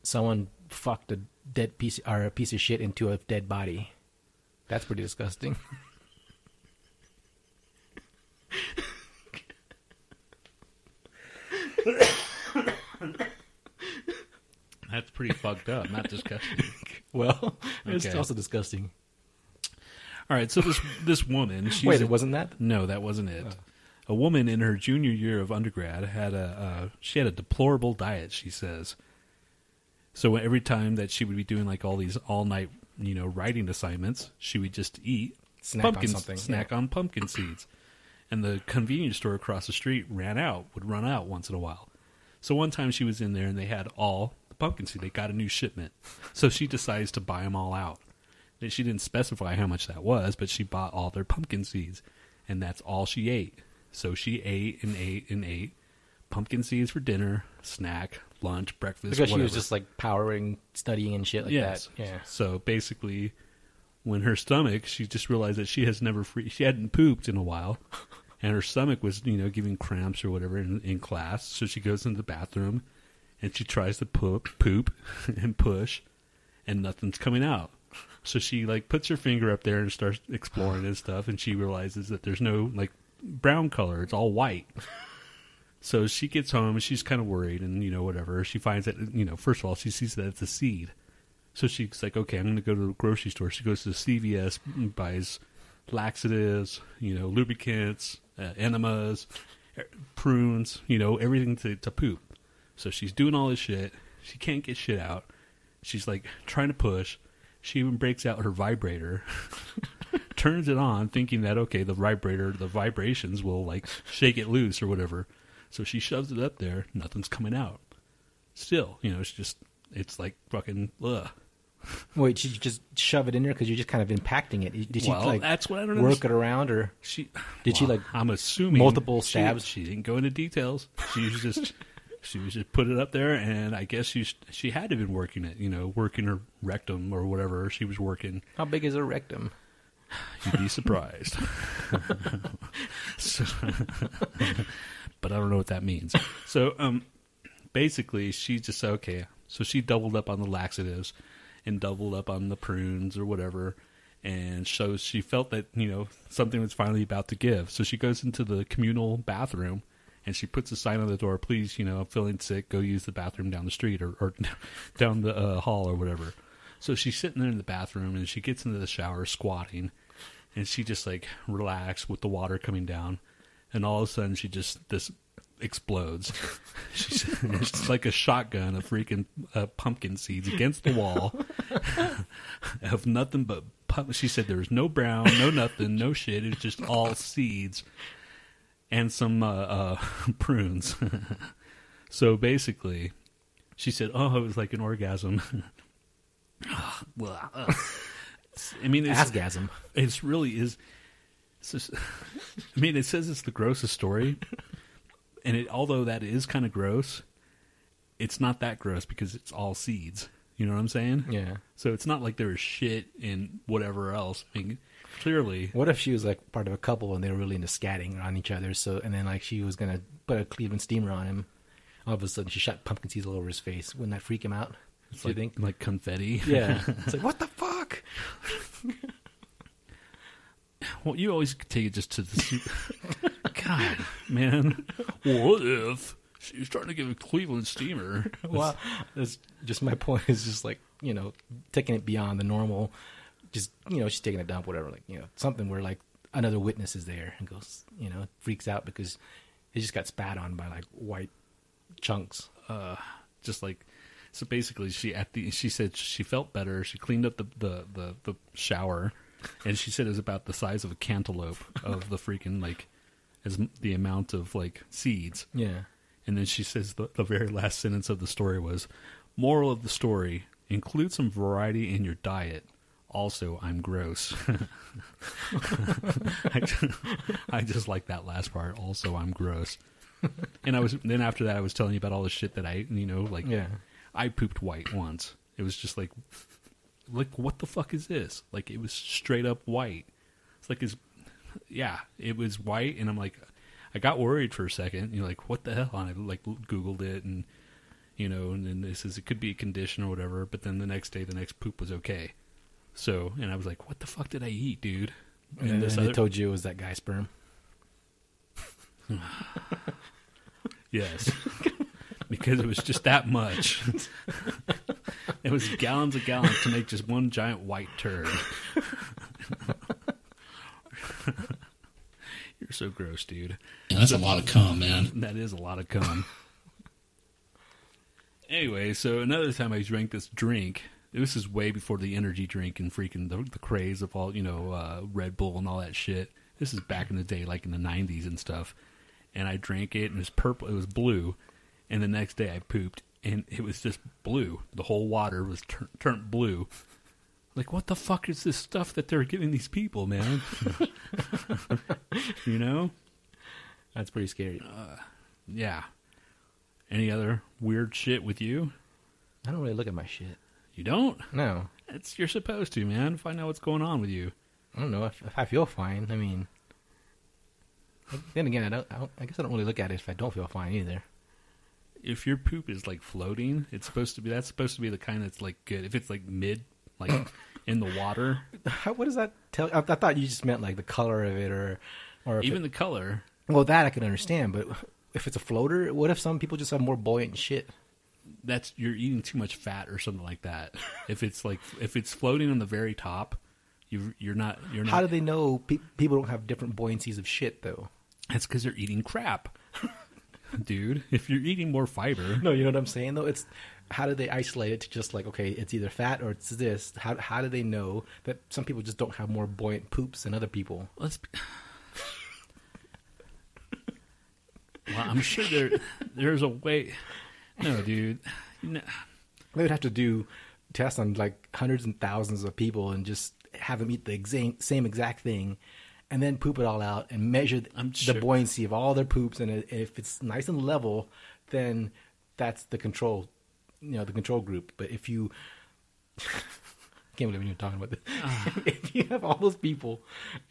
Speaker 3: someone fucked a dead piece or a piece of shit into a dead body. That's pretty disgusting.
Speaker 2: That's pretty fucked up. Not disgusting.
Speaker 3: well, it's
Speaker 2: Okay.
Speaker 3: also disgusting.
Speaker 2: All right, so this this woman, she's
Speaker 3: Wait,
Speaker 2: a-
Speaker 3: it wasn't Oh. that?
Speaker 2: No, that wasn't it. A woman in her junior year of undergrad had a uh, she had a deplorable diet. She says. So every time that she would be doing like all these all night you know writing assignments, she would just eat
Speaker 3: Snack on
Speaker 2: pumpkin
Speaker 3: something,
Speaker 2: snack on pumpkin seeds, and the convenience store across the street ran out would run out once in a while. So one time she was in there and they had all the pumpkin seed. They got a new shipment, so she decides to buy them all out. And she didn't specify how much that was, but she bought all their pumpkin seeds, and that's all she ate. So she ate and ate and ate pumpkin seeds for dinner, snack, lunch, breakfast.
Speaker 3: Because she was
Speaker 2: whatever.
Speaker 3: just like powering, studying, and shit like
Speaker 2: yes,
Speaker 3: that. Yeah.
Speaker 2: So basically, when her stomach, she just realized that she has never free, she hadn't pooped in a while, and her stomach was you know giving cramps or whatever in, in class. So she goes into the bathroom, and she tries to poop, poop, and push, and nothing's coming out. So she like puts her finger up there and starts exploring and stuff, and she realizes that there's no like brown color; it's all white. So she gets home and she's kind of worried, and you know whatever. She finds that you know first of all she sees that it's a seed, so she's like, okay, I'm going to go to the grocery store. She goes to the CVS, and buys laxatives, you know, lubricants, uh, enemas, er, prunes, you know, everything to, to poop. So she's doing all this shit. She can't get shit out. She's like trying to push. She even breaks out her vibrator, turns it on, thinking that, okay, the vibrator, the vibrations will like shake it loose or whatever. So she shoves it up there. Nothing's coming out. Still, you know, it's just, it's like fucking, ugh.
Speaker 3: Wait, did you just shove it in there because you're just kind of impacting it? Did she
Speaker 2: Well,
Speaker 3: like
Speaker 2: that's what I don't
Speaker 3: work
Speaker 2: understand.
Speaker 3: it around or?
Speaker 2: She
Speaker 3: Did she,
Speaker 2: well,
Speaker 3: like,
Speaker 2: I'm assuming
Speaker 3: multiple
Speaker 2: she-
Speaker 3: stabs?
Speaker 2: She, didn't go into details. She was just she was just put it up there, and I guess she she had to have been working it. You know, working her rectum or whatever she was working.
Speaker 3: How big is her rectum?
Speaker 2: You'd be surprised. So- but I don't know what that means. So, um, basically, she just said, okay. So she doubled up on the laxatives and doubled up on the prunes or whatever. And so she felt that, you know, something was finally about to give. So she goes into the communal bathroom and she puts a sign on the door, please, you know, I'm feeling sick, go use the bathroom down the street or, or down the uh, hall or whatever. So she's sitting there in the bathroom and she gets into the shower squatting and she just like relaxed with the water coming down and all of a sudden she just this explodes she's it's like a shotgun of freaking uh, pumpkin seeds against the wall of nothing but pump- she said there was no brown no nothing no shit it was just all seeds and some uh, uh, prunes so basically she said oh it was like an orgasm Well, uh, i mean it's,
Speaker 3: Asgasm.
Speaker 2: it's really is. It's just, I mean, it says it's the grossest story, and it, although that is kind of gross, it's not that gross because it's all seeds. You know what I'm saying?
Speaker 3: Yeah.
Speaker 2: So it's not like there was shit and whatever else. I mean, clearly,
Speaker 3: What if she was like part of a couple and they were really into scatting on each other? So and then like she was gonna put a Cleveland steamer on him. All of a sudden, she shot pumpkin seeds all over his face. Wouldn't that freak him out?
Speaker 2: It's
Speaker 3: you
Speaker 2: like,
Speaker 3: think?
Speaker 2: like confetti.
Speaker 3: Yeah. it's like, what the fuck?
Speaker 2: Well, you always take it just to the super. God, man. What if she was trying to give a Cleveland steamer?
Speaker 3: Well, that's just my point is just like, you know, taking it beyond the normal, just, you know, she's taking a dump, whatever, like, you know, something where like another witness is there and goes, you know, freaks out because it just got spat on by like white chunks.
Speaker 2: uh, just like so basically she at the she said she felt better she cleaned up the, the the the shower and she said it was about the size of a cantaloupe of the freaking like as m- the amount of like seeds
Speaker 3: Yeah.
Speaker 2: and then she says the, the very last sentence of the story was moral of the story include some variety in your diet also i'm gross I, just, I just like that last part also i'm gross and i was then after that i was telling you about all the shit that i you know like
Speaker 3: Yeah.
Speaker 2: i pooped white once it was just like like what the fuck is this like it was straight up white it's like it's yeah it was white and i'm like i got worried for a second you're like what the hell and i like googled it and you know and then it says it could be a condition or whatever but then the next day the next poop was okay so and i was like what the fuck did i eat dude
Speaker 3: And, then they told you it was that guy's sperm.
Speaker 2: Yes. because it was just that much. it was gallons of gallons to make just one giant white turd. You're so gross, dude.
Speaker 5: Yeah, that's a lot of cum, man.
Speaker 2: That is a lot of cum. anyway, so another time I drank this drink. This is way before the energy drink and freaking the, the craze of all, you know, uh, Red Bull and all that shit. This is back in the day, like in the 90s and stuff. And I drank it, and it was purple, it was blue. And the next day I pooped, and it was just blue. The whole water was tur- turned blue. Like, what the fuck is this stuff that they're giving these people, man? you know?
Speaker 3: That's pretty scary.
Speaker 2: Yeah. Any other weird shit with you?
Speaker 3: I don't really look at my shit.
Speaker 2: You don't?
Speaker 3: No.
Speaker 2: It's you're supposed to, man. Find out what's going on with you.
Speaker 3: I don't know if, if I feel fine. I mean, then again, I don't, I don't. I guess I don't really look at it if I don't feel fine either.
Speaker 2: If your poop is like floating, it's supposed to be that's supposed to be the kind that's like good. If it's like mid, like in the water,
Speaker 3: How, what does that tell? I, I thought you just meant like the color of it, or, or if
Speaker 2: even
Speaker 3: it-
Speaker 2: the color.
Speaker 3: well, that I can understand. But if it's a floater, what if some people just have more buoyant shit?
Speaker 2: that's you're eating too much fat or something like that. if it's like if it's floating on the very top, you you're not you're not.
Speaker 3: How do they know pe- people don't have different buoyancies of shit though?
Speaker 2: That's because they're eating crap, dude. If you're eating more fiber,
Speaker 3: No, you know what I'm saying though. It's how do they isolate it to just like okay, it's either fat or it's this. How how do they know that some people just don't have more buoyant poops than other people?
Speaker 2: let's. Be... well, I'm sure there there's a way. No, dude. No.
Speaker 3: They would have to do tests on like hundreds and thousands of people and just have them eat the exact same exact thing, and then poop it all out and measure th-
Speaker 2: I'm
Speaker 3: the
Speaker 2: sure-
Speaker 3: buoyancy of all their poops. And i- if it's nice and level, then that's the control, you know, the control group. But if you I can't believe you're talking about this.
Speaker 2: Uh-huh.
Speaker 3: if you have all those people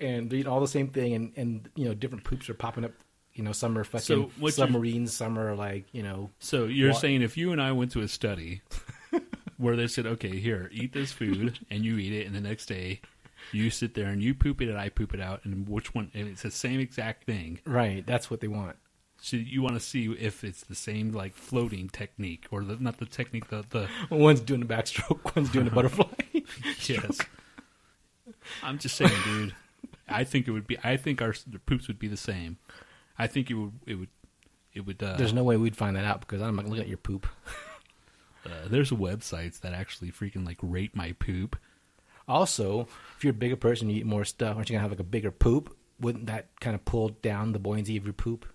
Speaker 3: and they eat all the same thing, and and you know different poops are popping up, you know some are fucking
Speaker 2: what you're-
Speaker 3: submarines, some are like you know
Speaker 2: So you're
Speaker 3: Why-
Speaker 2: saying if you and I went to a study where they said, "Okay, here, eat this food," and you eat it, and the next day you sit there and you poop it, and I poop it out, and which one? And it's the same exact thing.
Speaker 3: right. That's what they want.
Speaker 2: So you want to see if it's the same like floating technique or the, not the technique, the the
Speaker 3: One's doing a backstroke, one's doing a butterfly.
Speaker 2: yes. I'm just saying, dude. I think it would be. I think our s- the poops would be the same. I think it would. It would. It would. Uh,
Speaker 3: There's no way we'd find that out because I'm like looking at your poop.
Speaker 2: uh, there's websites that actually freaking like rate my poop.
Speaker 3: Also, if you're a bigger person, you eat more stuff. Aren't you gonna have like a bigger poop? Wouldn't that kind of pull down the buoyancy of your poop?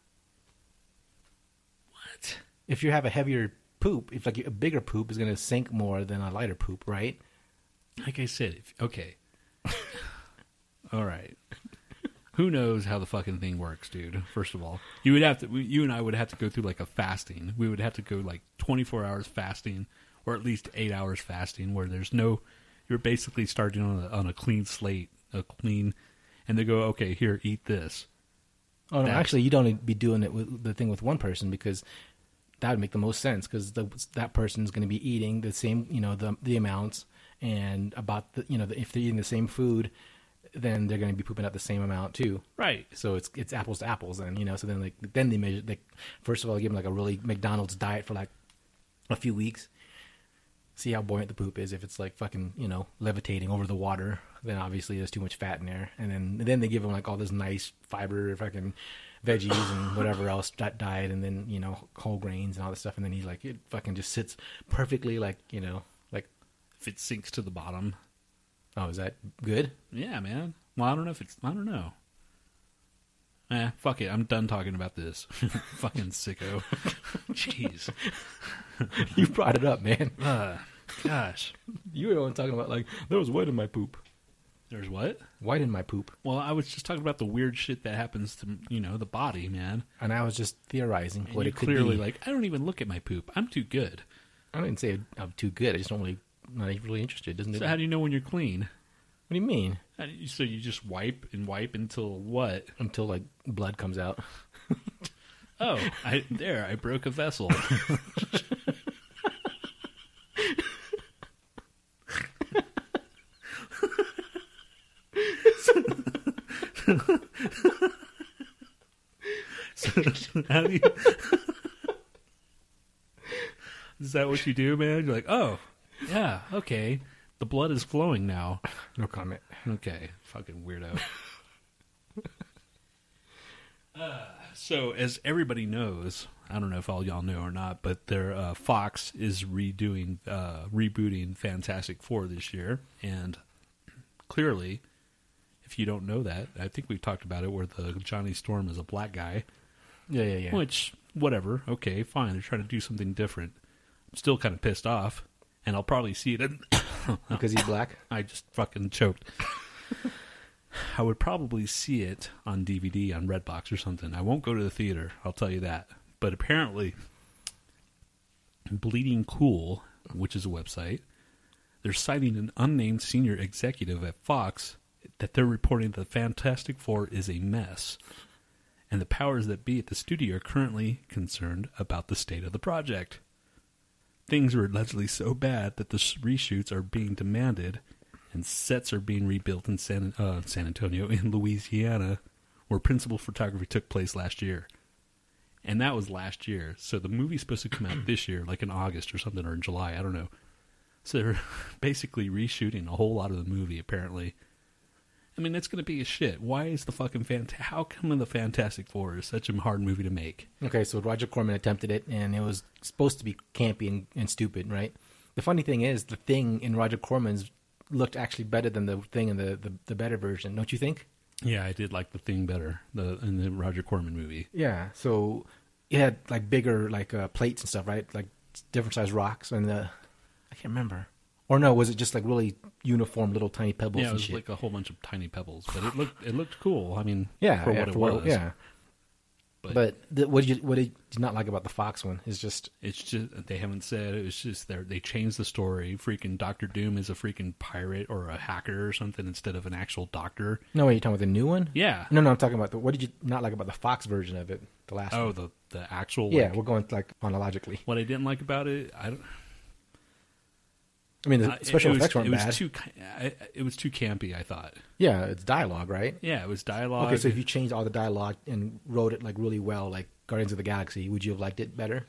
Speaker 2: What?
Speaker 3: If you have a heavier poop, if like a bigger poop is gonna sink more than a lighter poop, right?
Speaker 2: Like I said, if, okay. all right. Who knows how the fucking thing works, dude? First of all, you would have to. we- You and I would have to go through like a fasting. We would have to go like 24 hours fasting, or at least eight hours fasting, where there's no. You're basically starting on a, on a clean slate, a clean, and they go, okay, here, eat this.
Speaker 3: Oh no,
Speaker 2: That's-
Speaker 3: actually, you don't be doing it with the thing with one person because that would make the most sense because that person's going to be eating the same, you know, the the amounts and about the, you know, the, if they're eating the same food, then they're going to be pooping out the same amount too.
Speaker 2: Right.
Speaker 3: So it's it's apples to apples, and you know, so then like then they measure. They, first of all, they give them like a really McDonald's diet for like a few weeks. See how buoyant the poop is. If it's like fucking you know levitating over the water, then obviously there's too much fat in there. And then then they give them like all this nice fiber, fucking veggies and whatever else that diet, and then you know whole grains and all this stuff. And then he like it fucking just sits perfectly like you know like
Speaker 2: If it sinks to the bottom.
Speaker 3: oh is that good?
Speaker 2: Yeah, man. Well, I don't know if it's. I don't know. Eh, fuck it. I'm done talking about this. Fucking sicko. Jeez.
Speaker 3: you brought it up, man.
Speaker 2: Uh, gosh.
Speaker 3: You were the one talking about like there was white in my poop.
Speaker 2: There's what?
Speaker 3: White in my poop.
Speaker 2: Well, I was just talking about the weird shit that happens to you know the body, man.
Speaker 3: and I was just theorizing
Speaker 2: And
Speaker 3: what
Speaker 2: you
Speaker 3: it could
Speaker 2: clearly
Speaker 3: be.
Speaker 2: like. I don't even look at my poop. I'm too good.
Speaker 3: I didn't say I'm too good. I just don't really, not even really interested. Doesn't
Speaker 2: So
Speaker 3: it?
Speaker 2: how do you know when you're clean?
Speaker 3: what do you mean?
Speaker 2: How do you- so you just wipe and wipe until what?
Speaker 3: Until like blood comes out.
Speaker 2: Oh, I, there I broke a vessel. So- so how do you, is that what you do, man? You're like, oh, yeah, okay. The blood is flowing now.
Speaker 3: No comment.
Speaker 2: Okay, fucking weirdo. uh, so, as everybody knows, I don't know if all y'all know or not, but their uh, Fox is redoing, uh, rebooting Fantastic Four this year, and clearly, if you don't know that, I think we've talked about it, where the Johnny Storm is a black guy,
Speaker 3: Yeah, yeah, yeah.
Speaker 2: which whatever, okay, fine. They're trying to do something different. I'm still kind of pissed off, and I'll probably see it.
Speaker 3: Because he's black.
Speaker 2: I just fucking choked. I would probably see it on DVD on Redbox or something. I won't go to the theater, I'll tell you that. But apparently, Bleeding Cool, which is a website, they're citing an unnamed senior executive at Fox that they're reporting that the Fantastic Four is a mess. And the powers that be at the studio are currently concerned about the state of the project things were allegedly so bad that the sh- reshoots are being demanded and sets are being rebuilt in San, uh, San Antonio in Louisiana where principal photography took place last year. And that was last year. So the movie's supposed to come out this year like in August or something or in July, I don't know. So they're basically reshooting a whole lot of the movie apparently. I mean, that's going to be a shit. Why is the fucking fant- how come the Fantastic Four is such a hard movie to make?
Speaker 3: Okay, so Roger Corman attempted it, and it was supposed to be campy and, and stupid, right? The funny thing is, the thing in Roger Corman's looked actually better than the thing in the, the, the better version, don't you think?
Speaker 2: Yeah, I did like the thing better, the in the Roger Corman movie.
Speaker 3: Yeah. So it had like bigger like uh, plates and stuff, right? Like different size rocks and the I can't remember. Or no, was it just like really uniform little tiny pebbles
Speaker 2: Yeah, it
Speaker 3: and
Speaker 2: was
Speaker 3: shit?
Speaker 2: like a whole bunch of tiny pebbles, but it looked it looked cool. I mean,
Speaker 3: yeah,
Speaker 2: for
Speaker 3: yeah,
Speaker 2: what it was,
Speaker 3: yeah.
Speaker 2: But,
Speaker 3: But, the, what did you what did you not like about the fox one? Is just
Speaker 2: it's just they haven't said it was just they they changed the story. Freaking Doctor Doom is a freaking pirate or a hacker or something instead of an actual doctor.
Speaker 3: no. Wait, you are talking about the new one?
Speaker 2: Yeah.
Speaker 3: No, no. I'm talking about the what did you not like about the fox version of it? The last.
Speaker 2: Oh,
Speaker 3: one.
Speaker 2: the the actual
Speaker 3: yeah.
Speaker 2: like,
Speaker 3: we're going like chronologically.
Speaker 2: what I didn't like about it, I don't.
Speaker 3: I mean, the
Speaker 2: I-
Speaker 3: special
Speaker 2: Uh, it was,
Speaker 3: effects weren't
Speaker 2: it was
Speaker 3: bad.
Speaker 2: Too, ki- I, it was too campy. I thought.
Speaker 3: yeah, it's dialogue, right?
Speaker 2: Yeah, it was dialogue.
Speaker 3: Okay, so if you changed all the dialogue and wrote it like really well, like Guardians of the Galaxy, would you have liked it better?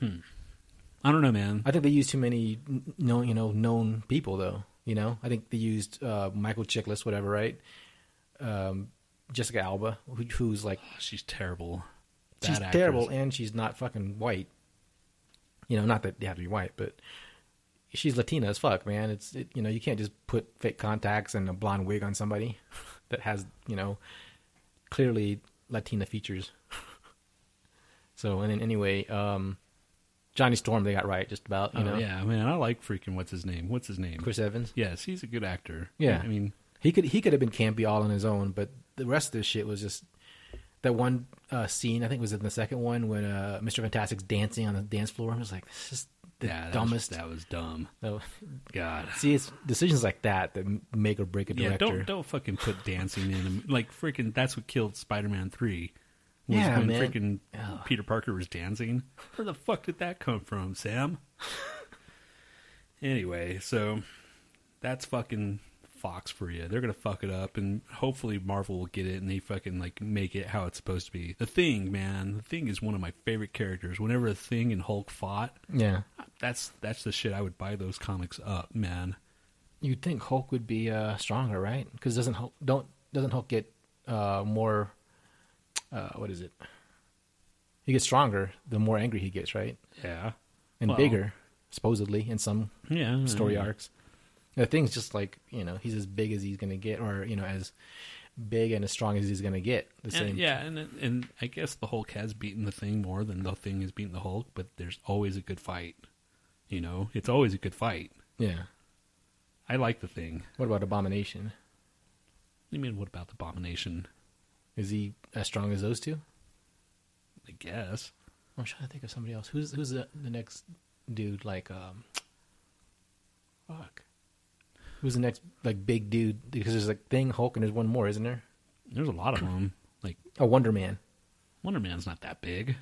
Speaker 2: I don't know, man.
Speaker 3: I think they used too many kn- known, you know, known people though. You know, I think they used uh, Michael Chiklis, whatever, right? Um, Jessica Alba, who, who's like
Speaker 2: Ah, She's terrible.
Speaker 3: she's
Speaker 2: Bad
Speaker 3: terrible
Speaker 2: actress.
Speaker 3: and she's not fucking white. You know, not that they have to be white, but she's Latina as fuck, man. It's it, you know you can't just put fake contacts and a blonde wig on somebody that has you know clearly Latina features. so and then anyway, um, Johnny Storm they got right just about you
Speaker 2: Oh,
Speaker 3: know
Speaker 2: yeah, man. I like freaking what's his name. What's his name?
Speaker 3: Chris Evans.
Speaker 2: Yes, he's a good actor.
Speaker 3: Yeah.
Speaker 2: I mean,
Speaker 3: He could he could have been campy all on his own, but the rest of this shit was just that one uh, scene. I think it was in the second one when uh, Mr. Fantastic's dancing on the dance floor. I was like, this is the
Speaker 2: yeah, that
Speaker 3: dumbest.
Speaker 2: Was, that was dumb.
Speaker 3: So,
Speaker 2: God.
Speaker 3: see, it's decisions like that that m- make or break a
Speaker 2: Yeah,
Speaker 3: director.
Speaker 2: don't don't fucking put dancing in. Like freaking, that's what killed Spider-Man Three. Was
Speaker 3: Yeah,
Speaker 2: when
Speaker 3: man.
Speaker 2: freaking
Speaker 3: Oh,
Speaker 2: Peter Parker was dancing. Where the fuck did that come from, Sam? anyway, so that's fucking Fox for you. They're gonna fuck it up, and hopefully Marvel will get it and they fucking like make it how it's supposed to be. The Thing, man, the Thing is one of my favorite characters. Whenever the Thing and Hulk fought,
Speaker 3: Yeah.
Speaker 2: that's that's the shit I would buy those comics up, man.
Speaker 3: You'd think Hulk would be uh, stronger, right? Because doesn't Hulk don't doesn't Hulk get uh, more? Uh, what is it? He gets stronger the more angry he gets, right?
Speaker 2: Yeah,
Speaker 3: And
Speaker 2: Well-
Speaker 3: bigger, supposedly in some
Speaker 2: yeah.
Speaker 3: story arcs. The thing's just like you know he's as big as he's gonna get, or you know as big and as strong as he's gonna get. The
Speaker 2: And-
Speaker 3: same,
Speaker 2: yeah, and and I guess the Hulk has beaten the Thing more than the Thing has beaten the Hulk, but there's always a good fight. You know, it's always a good fight.
Speaker 3: yeah.
Speaker 2: I like the Thing.
Speaker 3: What about Abomination?
Speaker 2: I mean, what about the Abomination?
Speaker 3: Is he as strong as those two?
Speaker 2: I guess
Speaker 3: I'm trying to think of somebody else. Who's who's the, the next dude? Like, um, fuck. Who's the next like big dude? Because there's like Thing, Hulk, and there's one more, isn't there?
Speaker 2: there's a lot of them. Like
Speaker 3: Oh, Wonder Man.
Speaker 2: Wonder Man's not that big.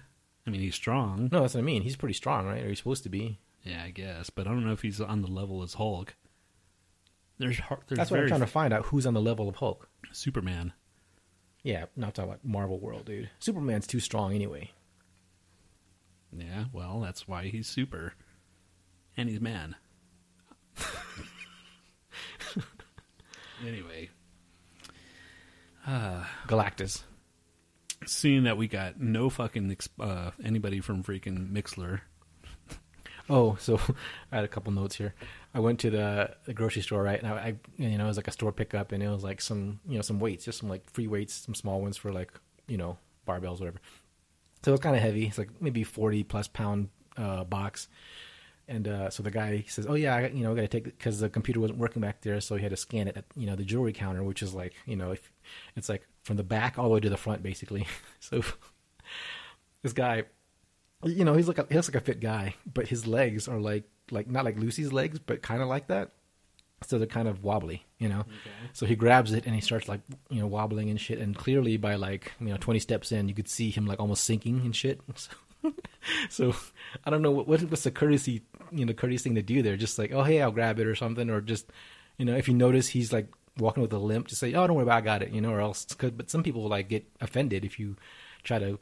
Speaker 2: I mean, he's strong.
Speaker 3: No, that's what I mean. He's pretty strong, right? Or he's supposed to be.
Speaker 2: Yeah, I guess, but I don't know if he's on the level as Hulk. There's, har- there's
Speaker 3: That's what I'm
Speaker 2: very
Speaker 3: trying to find out. Who's on the level of Hulk?
Speaker 2: Superman.
Speaker 3: Yeah, not talking about Marvel world, dude. Superman's too strong anyway.
Speaker 2: Yeah, well, that's why he's super, and he's man. anyway,
Speaker 3: Galactus.
Speaker 2: seeing that we got no fucking ex- uh, anybody from freaking Mixler,
Speaker 3: Oh, so I had a couple notes here. I went to the, the grocery store, right? And I, I, you know, it was like a store pickup, and it was like some, you know, some weights, just some like free weights, some small ones for like, you know, barbells, whatever. So it was kind of heavy. It's like maybe forty plus pound uh, box. And uh, so the guy says, "Oh yeah, I, got- you know, I got to take because the computer wasn't working back there, so he had to scan it at you know the jewelry counter, which is like you know, if it's like from the back all the way to the front, basically. so this guy you know, he's like a, he looks like a fit guy, but his legs are like like not like Lucy's legs, but kind of like that. So they're kind of wobbly, you know. So he grabs it and he starts like you know wobbling and shit. And clearly by like you know twenty steps in, you could see him like almost sinking and shit. So, so I don't know what, what what's the courtesy you know courteous thing to do there. Just like oh hey I'll grab it or something, or just you know if you notice he's like walking with a limp, just say oh don't worry about it, I got it, you know, or else could. But some people like get offended if you try to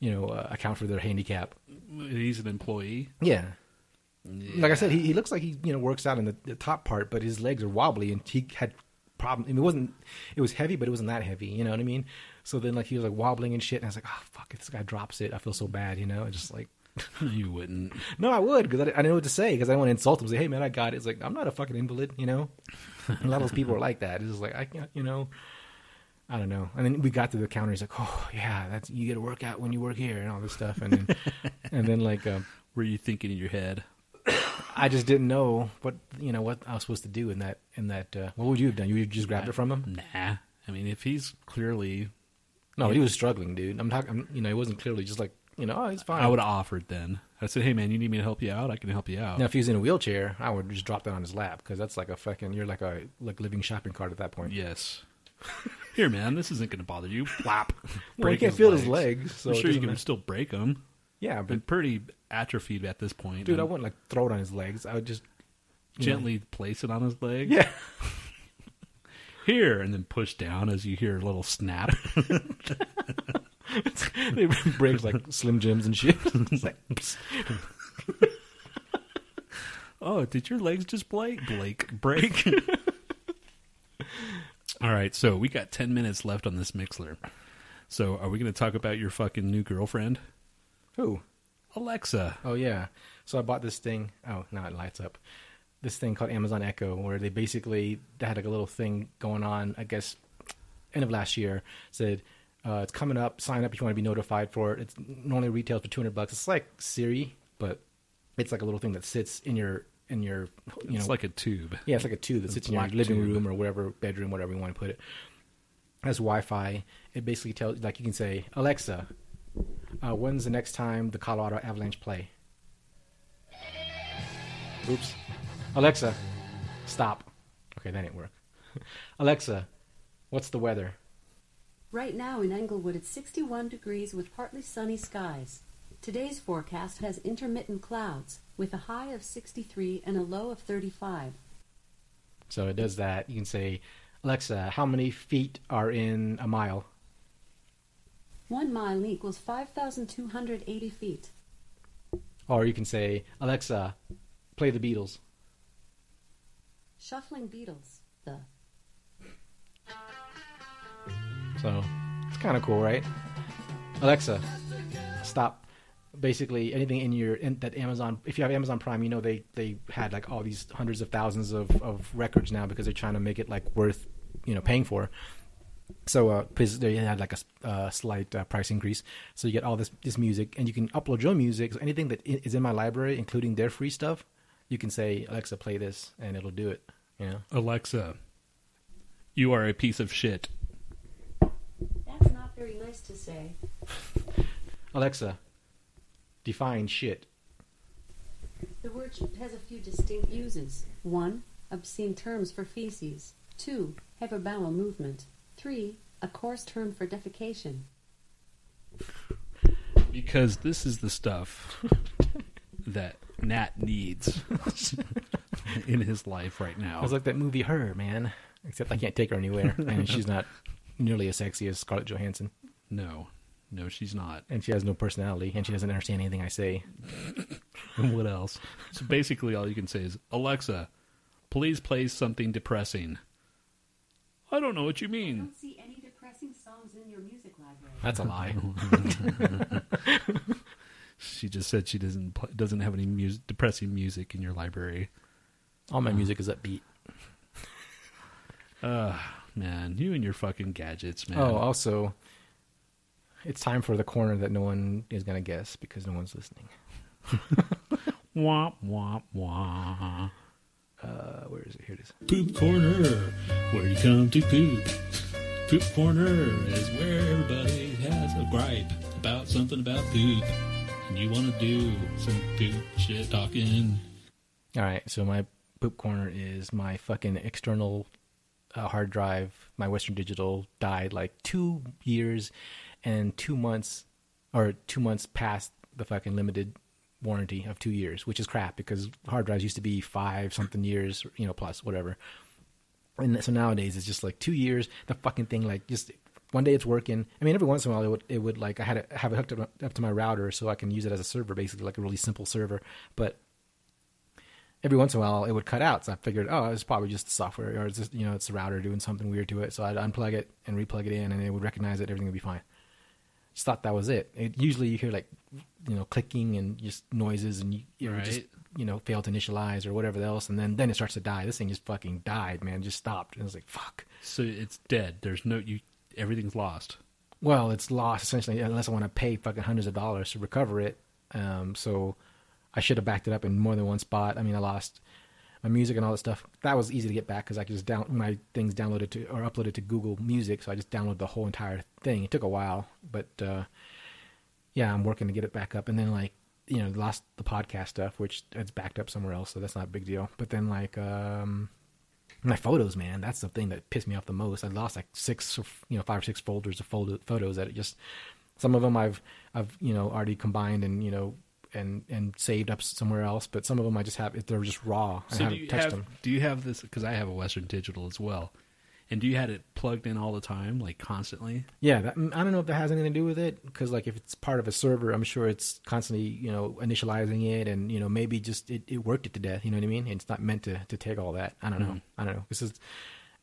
Speaker 3: you know uh, account for their handicap.
Speaker 2: he's an employee.
Speaker 3: Yeah. Like I said, he, he looks like he you know works out in the, the top part, but his legs are wobbly, and he had problem. I mean, it wasn't it was heavy, but it wasn't that heavy. You know what I mean? So then like he was like wobbling and shit, and I was like, oh fuck, if this guy drops it, I feel so bad. You know, It's just like
Speaker 2: No, you wouldn't.
Speaker 3: no, I would because I, didn't- I didn't know what to say because I didn't want to insult him. Say, hey man, I got it. It's like I'm not a fucking invalid. You know, a lot of those people are like that. It's just like I can't. You know, I don't know. And then we got to the counter. He's like, oh yeah, that's you get a workout when you work here and all this stuff, and then and then like. Um,
Speaker 2: Were you thinking in your head?
Speaker 3: I just didn't know what you know what I was supposed to do in that in that. Uh, what would you have done? You would have just grabbed it from him?
Speaker 2: Nah. I mean, if he's clearly,
Speaker 3: No, he was struggling, dude. I'm talking. You know, he wasn't clearly just like you know. Oh, he's fine.
Speaker 2: I would have offered then. I said, "Hey, man, you need me to help you out? I can help you out."
Speaker 3: Now, if he was in a wheelchair, I would just drop that on his lap because that's like a fucking. You're like a like living shopping cart at that point.
Speaker 2: Yes. Here, man, this isn't going to bother you. Flap.
Speaker 3: Well, you can't feel his legs, so
Speaker 2: I'm
Speaker 3: it
Speaker 2: sure you
Speaker 3: doesn't
Speaker 2: can
Speaker 3: matter.
Speaker 2: still break them.
Speaker 3: Yeah,
Speaker 2: Been
Speaker 3: but
Speaker 2: pretty atrophied at this point.
Speaker 3: dude, I
Speaker 2: and
Speaker 3: wouldn't like throw it on his legs. I would just
Speaker 2: gently place it on his leg.
Speaker 3: yeah.
Speaker 2: Here, and then push down as you hear a little snap.
Speaker 3: they breaks like Slim Jims and shit. It's like, psst.
Speaker 2: oh, did your legs just break? Blake, break. All right, so we got 10 minutes left on this Mixler. So, are we going to talk about your fucking new girlfriend?
Speaker 3: Who?
Speaker 2: Alexa.
Speaker 3: Oh yeah. So I bought this thing. Oh, now it lights up. This thing called Amazon Echo, where they basically they had like a little thing going on. I guess end of last year said uh, it's coming up. Sign up if you want to be notified for it. It's normally retails for two hundred bucks. It's like Siri, but it's like a little thing that sits in your in your you know
Speaker 2: it's like a tube.
Speaker 3: yeah, it's like a tube that sits in your
Speaker 2: black
Speaker 3: living
Speaker 2: tube.
Speaker 3: room or whatever bedroom, whatever you want to put it. Has Wi-Fi. It basically tells, like, you can say, Alexa, uh, when's the next time the Colorado Avalanche play? Oops. Alexa, stop. Okay, that didn't work. Alexa, what's the weather?
Speaker 6: Right now in Englewood, it's 61 degrees with partly sunny skies. Today's forecast has intermittent clouds, with a high of 63 and a low of 35.
Speaker 3: So it does that. You can say, Alexa, how many feet are in a mile?
Speaker 6: One mile equals 5,280 feet.
Speaker 3: Or you can say, Alexa, play the Beatles.
Speaker 6: Shuffling Beatles. The
Speaker 3: So it's kind of cool, right? Alexa, stop. Basically, anything in your in that Amazon, if you have Amazon Prime, you know they they had like all these hundreds of thousands of of records now because they're trying to make it like worth you know paying for. So uh, 'cause they had like a s- uh, slight uh, price increase, so you get all this this music, and you can upload your music. So anything that i- is in my library, including their free stuff, you can say Alexa, play this, and it'll do it. You know,
Speaker 2: Alexa, you are a piece of shit.
Speaker 6: That's not very nice to say.
Speaker 3: Alexa, define shit.
Speaker 6: The word sh- has a few distinct uses. 1. Obscene terms for feces. 2. Heavy bowel movement. 3. A coarse term for defecation.
Speaker 2: Because this is the stuff that Nat needs in his life right
Speaker 3: I
Speaker 2: now.
Speaker 3: was like that movie Her, man. Except I can't take her anywhere, and she's not nearly as sexy as Scarlett Johansson,
Speaker 2: no, no, she's not.
Speaker 3: and she has no personality, and she doesn't understand anything I say.
Speaker 2: And what else? So basically, all you can say is, Alexa, please play something depressing. I don't know what you
Speaker 6: I
Speaker 2: mean.
Speaker 6: don't see any depressing songs in your music library.
Speaker 3: That's a lie.
Speaker 2: She just said she doesn't pl- doesn't have any mus depressing music in your library.
Speaker 3: All my music is upbeat.
Speaker 2: Man, you and your fucking gadgets, man.
Speaker 3: Oh, also, it's time for the corner that no one is gonna guess because no one's listening.
Speaker 2: womp womp womp.
Speaker 3: Uh, where is it? Here it is.
Speaker 5: Poop Corner, where you come to poop. Poop Corner is where everybody has a gripe about something about poop. And you want to do some poop shit talking.
Speaker 3: All right, so my poop corner is my fucking external uh, hard drive. My Western Digital died like two years and two months, or two months past the fucking limited warranty of two years, which is crap because hard drives used to be five something years, you know, plus whatever. And so nowadays it's just like two years. The fucking thing, like, just one day it's working. I mean, every once in a while it would, it would like I had to have it hooked up, up to my router so I can use it as a server, basically like a really simple server. But every once in a while it would cut out. So I figured, oh, it's probably just the software, or it's just you know, it's the router doing something weird to it. So I'd unplug it and replug it in, and it would recognize it. Everything would be fine. Just thought that was it. it usually you hear like you know clicking and just noises, and you, it would just
Speaker 2: Right.
Speaker 3: you know fail to initialize or whatever else, and then then it starts to die. This thing just fucking died, man. It Just stopped, and I was like, fuck.
Speaker 2: So it's dead. There's no you. Everything's lost.
Speaker 3: Well, it's lost essentially unless I want to pay fucking hundreds of dollars to recover it. Um, so I should have backed it up in more than one spot. I mean, I lost my music and all that stuff. That was easy to get back because I could just down my things downloaded to or uploaded to Google Music. So I just downloaded the whole entire thing. It took a while, but uh, yeah, I'm working to get it back up. And then like you know, lost the podcast stuff, which it's backed up somewhere else, so that's not a big deal. But then like um, my photos, man, that's the thing that pissed me off the most. I lost like six, or, you know, five or six folders of photo, photos that it just. Some of them I've, I've you know already combined and you know and and saved up somewhere else, but some of them I just have they're just raw. I
Speaker 2: So do
Speaker 3: haven't
Speaker 2: you
Speaker 3: touched
Speaker 2: have
Speaker 3: them.
Speaker 2: do you have this? Because I have a Western Digital as well. And do you had it plugged in all the time, like constantly?
Speaker 3: Yeah, that, mm, I don't know if that has anything to do with it because like if it's part of a server, I'm sure it's constantly you know initializing it and you know maybe just it, it worked it to death. You know what I mean? It's not meant to to take all that. I don't know. I don't know. This is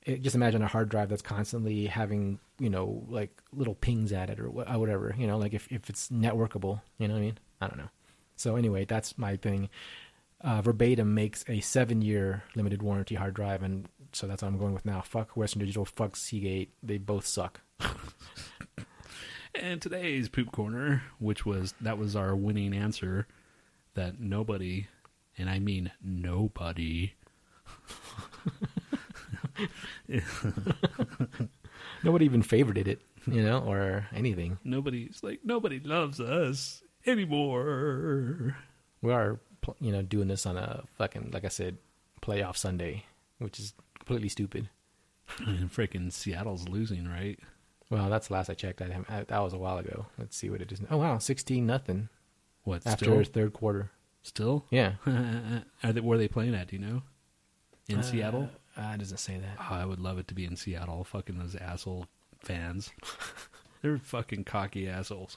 Speaker 3: it, just imagine a hard drive that's constantly having you know like little pings at it or wha- uh, whatever. You know, like if if it's networkable, you know what I mean? I don't know. So anyway, that's my thing. Uh, Verbatim makes a seven-year limited warranty hard drive, and so that's what I'm going with now. Fuck Western Digital, fuck Seagate. They both suck.
Speaker 2: And today's poop corner, which was that was our winning answer that nobody, and I mean nobody,
Speaker 3: Nobody even favorited it, you know, or anything.
Speaker 2: nobody's like nobody loves us anymore.
Speaker 3: We are, pl- you know, doing this on a fucking, like I said, playoff Sunday, which is completely stupid.
Speaker 2: And freaking Seattle's losing, right?
Speaker 3: Well, that's the last I checked. I, haven't- I that was a while ago. Let's see what it is. now. Oh wow, sixteen nothing
Speaker 2: What?
Speaker 3: after
Speaker 2: Still?
Speaker 3: third quarter.
Speaker 2: Still?
Speaker 3: Yeah,
Speaker 2: Are they, where are they playing at? Do you know? In Seattle?
Speaker 3: Uh, it doesn't say that.
Speaker 2: Oh, I would love it to be in Seattle. Fucking those asshole fans. They're fucking cocky assholes.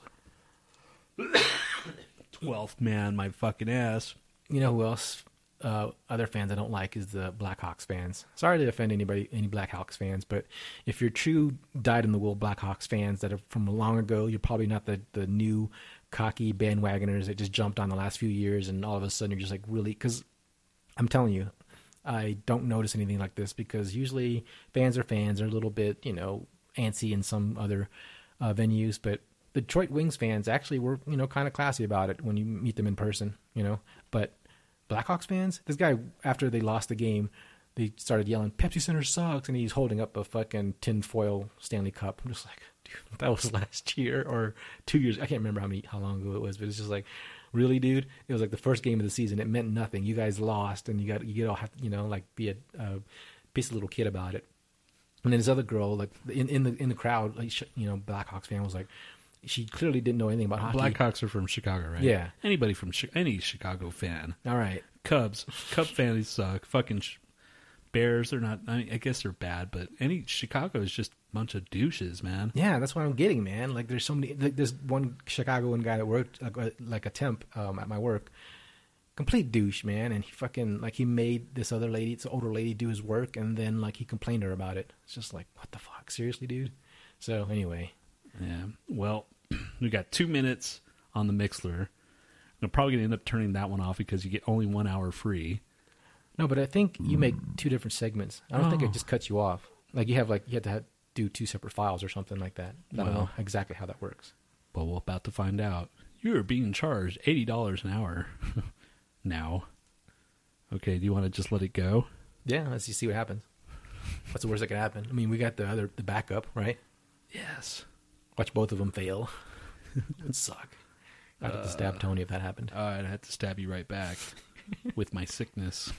Speaker 2: Twelfth man, my fucking ass.
Speaker 3: You know who else? Uh, other fans I don't like is the Blackhawks fans. Sorry to offend anybody, any Blackhawks fans, but if you're true dyed-in-the-wool Blackhawks fans that are from long ago, you're probably not the the new cocky bandwagoners that just jumped on the last few years and all of a sudden you're just like really because I'm telling you, I don't notice anything like this because usually fans are fans. They're a little bit, you know, antsy in some other uh, venues, but Detroit Wings fans actually were, you know, kind of classy about it when you meet them in person, you know. But Blackhawks fans, this guy after they lost the game, they started yelling Pepsi Center sucks, and he's holding up a fucking tinfoil Stanley Cup. I'm just like, dude, that was last year or two years. I can't remember how many how long ago it was, but it's just like, really, dude, it was like the first game of the season. It meant nothing. You guys lost, and you got you get all have you know like be a, a pissy little kid about it. And then this other girl, like in, in the in the crowd, like, sh- you know, Blackhawks fan was like, she clearly didn't know anything about hockey.
Speaker 2: Blackhawks are from Chicago, right?
Speaker 3: Yeah.
Speaker 2: Anybody from Chi- any Chicago fan,
Speaker 3: All right,
Speaker 2: Cubs, Cub fans suck. Fucking sh- Bears, they're not. I, mean, I guess they're bad, but any Chicago is just a bunch of douches, man.
Speaker 3: Yeah, that's what I'm getting, man. Like, there's so many. Like, there's one Chicagoan guy that worked like, uh, like a temp um, at my work, complete douche, man. And he fucking like he made this other lady, it's an older lady, do his work, and then like he complained to her about it. It's just like, what the fuck, seriously, dude. So anyway,
Speaker 2: Yeah. Well, we got two minutes on the Mixler. I'm probably gonna end up turning that one off because you get only one hour free.
Speaker 3: no, but I think you make two different segments. I don't think
Speaker 2: Oh.
Speaker 3: it just cuts you off. Like you have like you have to have, do two separate files or something like that. I don't know
Speaker 2: Well.
Speaker 3: exactly how that works.
Speaker 2: But we're about to find out. You are being charged eighty dollars an hour now. Okay, do you want to just let it go?
Speaker 3: Yeah, let's just see what happens. What's the worst that could happen? I mean, we got the other the backup, right?
Speaker 2: Yes.
Speaker 3: Watch both of them fail. it would suck. I'd have to stab Tony if that happened.
Speaker 2: Uh, I'd have to stab you right back with my sickness.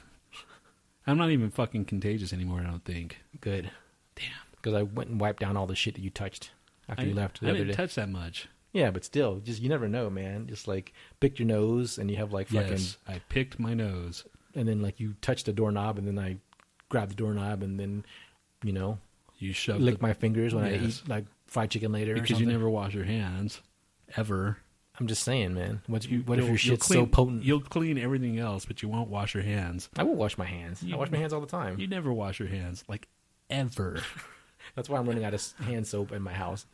Speaker 2: I'm not even fucking contagious anymore. I don't think.
Speaker 3: Good.
Speaker 2: Damn.
Speaker 3: Because I went and wiped down all the shit that you touched after
Speaker 2: I,
Speaker 3: you left the
Speaker 2: I
Speaker 3: other
Speaker 2: didn't
Speaker 3: day.
Speaker 2: touch that much.
Speaker 3: yeah, but still, just you never know, man. Just like pick your nose and you have like fucking,
Speaker 2: Yes, I picked my nose.
Speaker 3: and then like you touch the doorknob and then I grab the doorknob and then, you know,
Speaker 2: You shoved
Speaker 3: lick
Speaker 2: the-
Speaker 3: my fingers when I
Speaker 2: Yes.
Speaker 3: eat like fried chicken later. or
Speaker 2: because you
Speaker 3: something.
Speaker 2: never wash your hands ever.
Speaker 3: I'm just saying, man. What,
Speaker 2: You-
Speaker 3: what
Speaker 2: you'll-
Speaker 3: if your
Speaker 2: you'll
Speaker 3: shit's
Speaker 2: clean,
Speaker 3: so potent?
Speaker 2: You'll clean everything else, but you won't wash your hands.
Speaker 3: I will wash my hands.
Speaker 2: You-
Speaker 3: I wash my hands all the time.
Speaker 2: You never wash your hands, like ever,
Speaker 3: That's why I'm running out of s- hand soap in my house.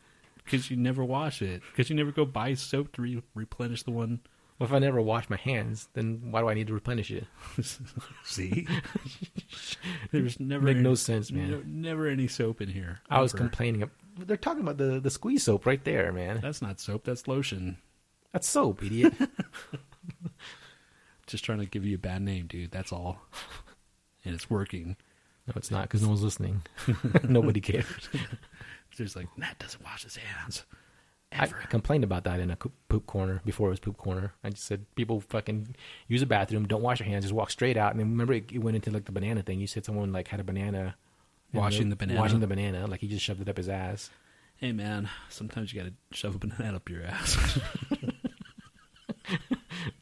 Speaker 2: because you never wash it. Because you never go buy soap to re- replenish the one.
Speaker 3: Well, if I never wash my hands, then why do I need to replenish it?
Speaker 2: See, there's never
Speaker 3: Make
Speaker 2: any-
Speaker 3: no sense, man.
Speaker 2: no- never any soap in here.
Speaker 3: I was
Speaker 2: Ever.
Speaker 3: complaining. They're talking about the, the squeeze soap right there, man.
Speaker 2: That's not soap. That's lotion.
Speaker 3: That's soap, idiot.
Speaker 2: Just trying to give you a bad name, dude. That's all. And it's working.
Speaker 3: no, it's not because no one's listening. Nobody cares.
Speaker 2: There's like Matt doesn't wash his hands
Speaker 3: I
Speaker 2: ever.
Speaker 3: complained about that in a co- poop corner before it was poop corner. I just said people fucking use a bathroom, don't wash your hands, just walk straight out. And then remember, it, it went into like the banana thing. You said someone like had a banana. in
Speaker 2: Washing the banana.
Speaker 3: Washing the banana, like he just shoved it up his ass.
Speaker 2: Hey man, sometimes you gotta shove a banana up your ass.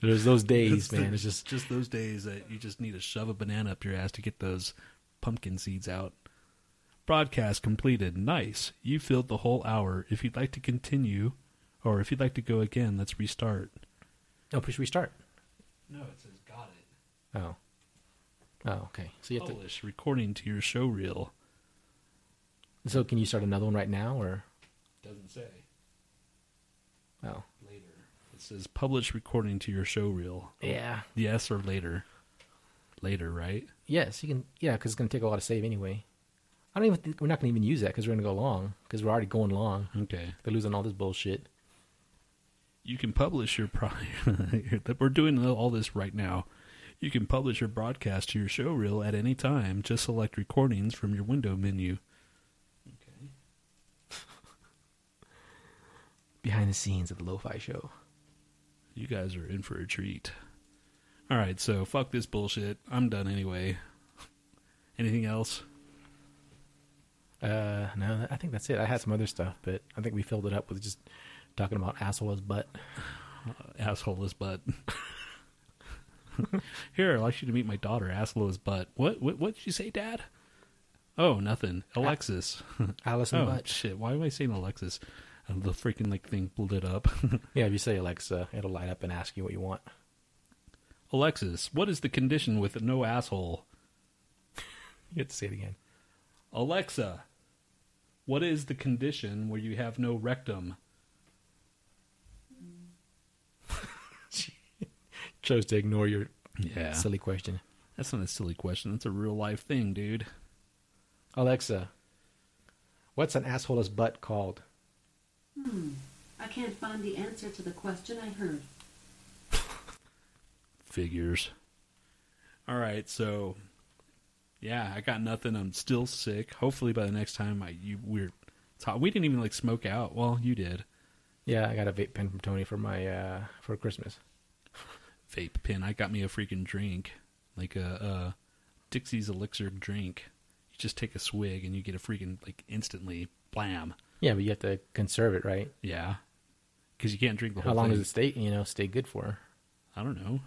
Speaker 3: There's those days,
Speaker 2: the-
Speaker 3: man. It's just
Speaker 2: just those days that you just need to shove a banana up your ass to get those pumpkin seeds out. Broadcast completed. Nice. You filled the whole hour. If you'd like to continue, or if you'd like to go again, let's restart.
Speaker 3: no push restart.
Speaker 2: No, it says got it.
Speaker 3: Oh, oh, okay. So you have to.
Speaker 2: Publish recording to your show reel.
Speaker 3: So can you start another one right now, or
Speaker 2: Doesn't say
Speaker 3: oh,
Speaker 2: later. It says publish recording to your show reel.
Speaker 3: yeah,
Speaker 2: Yes or later. Later, right?
Speaker 3: yes, you can, yeah, because it's gonna take a while to save anyway. I don't even think we're not gonna even use that because we're gonna go long because we're already going long.
Speaker 2: Okay.
Speaker 3: They're losing all this bullshit.
Speaker 2: you can publish your pro- we're doing all this right now you can publish your broadcast to your show reel at any time just select recordings from your window menu okay
Speaker 3: Behind the scenes of the Lo-Fi Show.
Speaker 2: you guys are in for a treat all right so fuck this bullshit i'm done anyway anything else
Speaker 3: Uh, no, I think that's it. I had some other stuff, but I think we filled it up with just talking about asshole as butt.
Speaker 2: asshole is butt. Here, I'd like you to meet my daughter, asshole is butt. What? What? What did you say, Dad? Oh, nothing. Alexis.
Speaker 3: Alice and
Speaker 2: oh
Speaker 3: butt.
Speaker 2: shit! Why am I saying Alexis? And the freaking like thing lit up.
Speaker 3: Yeah, if you say Alexa, it'll light up and ask you what you want.
Speaker 2: Alexis, what is the condition with no asshole?
Speaker 3: You have to say it again.
Speaker 2: Alexa, what is the condition where you have no rectum?
Speaker 3: Chose to ignore your
Speaker 2: Yeah,
Speaker 3: silly question.
Speaker 2: that's not a silly question. That's a real life thing, dude.
Speaker 3: Alexa, what's an asshole's butt called?
Speaker 6: I can't find the answer to the question I heard.
Speaker 2: Figures. All right, so yeah, I got nothing. I'm still sick. Hopefully, by the next time I you we're ta- we didn't even like smoke out. Well, you did
Speaker 3: Yeah, I got a vape pen from Tony for my uh for Christmas.
Speaker 2: vape pen. I got me a freaking drink, like a, a Dixie's elixir drink. You just take a swig and you get a freaking like instantly blam.
Speaker 3: Yeah, but you have to conserve it, right?
Speaker 2: Yeah, because you can't drink the
Speaker 3: How
Speaker 2: whole
Speaker 3: long
Speaker 2: thing.
Speaker 3: does it stay? You know, stay good for?
Speaker 2: I don't know.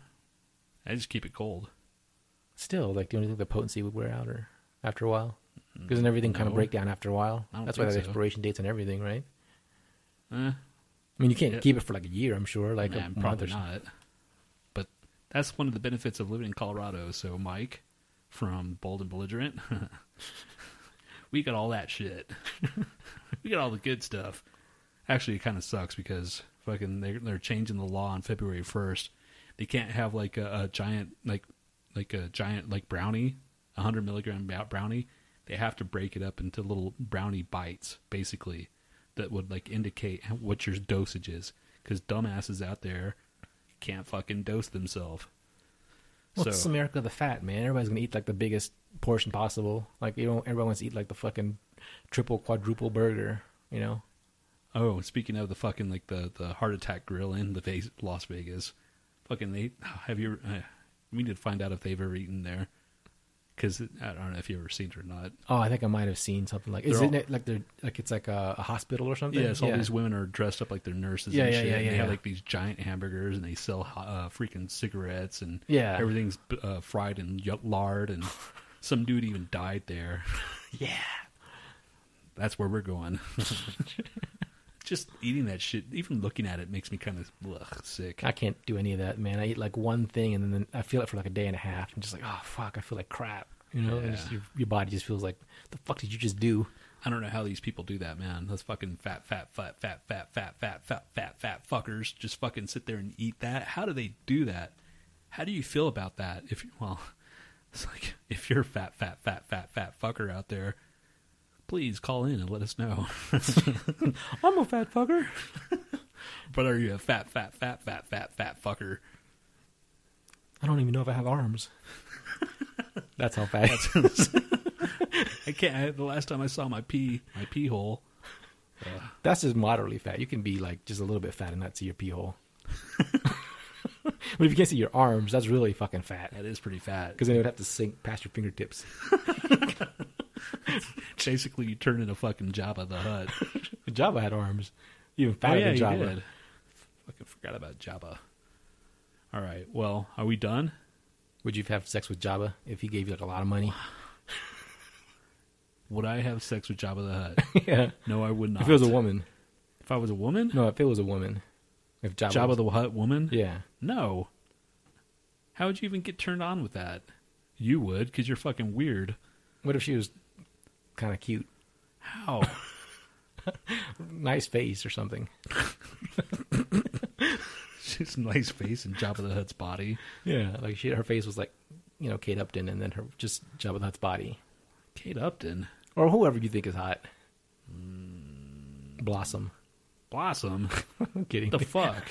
Speaker 2: I just keep it cold.
Speaker 3: Still, like, do you think the potency would wear out or after a while? Doesn't everything kind
Speaker 2: no.
Speaker 3: of break down after a while?
Speaker 2: I don't
Speaker 3: That's why
Speaker 2: think
Speaker 3: that
Speaker 2: so.
Speaker 3: expiration dates and everything, right?
Speaker 2: Eh,
Speaker 3: I mean, you can't
Speaker 2: Yeah.
Speaker 3: keep it for like a year, I'm sure. Like
Speaker 2: nah,
Speaker 3: a month or
Speaker 2: probably
Speaker 3: so.
Speaker 2: not. But that's one of the benefits of living in Colorado. So, Mike from Bold and Belligerent, we got all that shit. we got all the good stuff. Actually, it kind of sucks because fucking they're, they're changing the law on February first. They can't have like a, a giant like like a giant like brownie, a hundred milligram bou- brownie. They have to break it up into little brownie bites, basically, that would like indicate how- what your dosage is. Because dumbasses out there can't fucking dose themselves.
Speaker 3: Well, it's America the fat man. Everybody's gonna eat like the biggest portion possible. Like you know, everyone wants to eat like the fucking triple, quadruple burger. You know,
Speaker 2: Oh, speaking of the fucking like the the heart attack grill in the Vegas, Las Vegas, fucking they have you? Uh, we need to find out if they've ever eaten there, because I don't know if you have ever seen it or not.
Speaker 3: Oh, I think I might have seen something like is
Speaker 2: They're
Speaker 3: it
Speaker 2: all-
Speaker 3: it like they're like it's like a, a hospital or something?
Speaker 2: Yeah, so all these women are dressed up like they're nurses
Speaker 3: Oh, Yeah,
Speaker 2: and
Speaker 3: yeah,
Speaker 2: shit.
Speaker 3: yeah,
Speaker 2: and
Speaker 3: yeah,
Speaker 2: they have
Speaker 3: yeah.
Speaker 2: like these giant hamburgers and they sell uh, freaking cigarettes and
Speaker 3: Yeah.
Speaker 2: everything's uh, fried in y- lard and some dude even died there.
Speaker 3: yeah.
Speaker 2: That's where we're going. Just eating that shit, even looking at it makes me kind of ugh, sick.
Speaker 3: I can't do any of that, man. I eat like one thing and then I feel it for like a day and a half. I'm just like, oh fuck, I feel like crap. You know, and just,
Speaker 2: Yeah.
Speaker 3: your, your body just feels like the fuck did you just do?
Speaker 2: I don't know how these people do that, man. Those fucking fat, fat, fat, fat, fat, fat, fat, fat, fat, fat fuckers just fucking sit there and eat that. How do they do that? How do you feel about that? If well, it's like if you're a fat, fat, fat, fat, fat fucker out there, please call in and let us know.
Speaker 3: I'm a fat fucker.
Speaker 2: but are you a fat, fat, fat, fat, fat, fat fucker?
Speaker 3: I don't even know if I have arms. That's how fat.
Speaker 2: I can't. I, the last time I saw my pee, my pee hole.
Speaker 3: That's just moderately fat. You can be like just a little bit fat and not see your pee hole. but if you can't see your arms, that's really fucking fat.
Speaker 2: That is pretty fat.
Speaker 3: Because then it would have to sink past your fingertips.
Speaker 2: Basically, you turn into fucking Jabba the Hutt.
Speaker 3: Java had arms. Even fatter than
Speaker 2: Oh, you
Speaker 3: Java.
Speaker 2: did. Fucking forgot about Jabba. All right. Well, are we done?
Speaker 3: Would you have sex with Jabba if he gave you like a lot of money?
Speaker 2: Would I have sex with Jabba the Hutt?
Speaker 3: yeah.
Speaker 2: No, I would not.
Speaker 3: If it was a woman.
Speaker 2: If I was a woman,
Speaker 3: No, if it was a woman. If Jabba,
Speaker 2: Jabba
Speaker 3: was,
Speaker 2: the Hutt woman.
Speaker 3: Yeah.
Speaker 2: No. How would you even get turned on with that? You would, because you're fucking weird.
Speaker 3: What if she was kind of cute?
Speaker 2: How?
Speaker 3: Nice face or something.
Speaker 2: She's a nice face and Jabba the Hutt's body.
Speaker 3: Yeah. Like she her face was like, you know, Kate Upton and then her just Jabba the Hutt's body.
Speaker 2: Kate Upton,
Speaker 3: Or whoever you think is hot. Blossom.
Speaker 2: Blossom.
Speaker 3: I'm kidding.
Speaker 2: the fuck?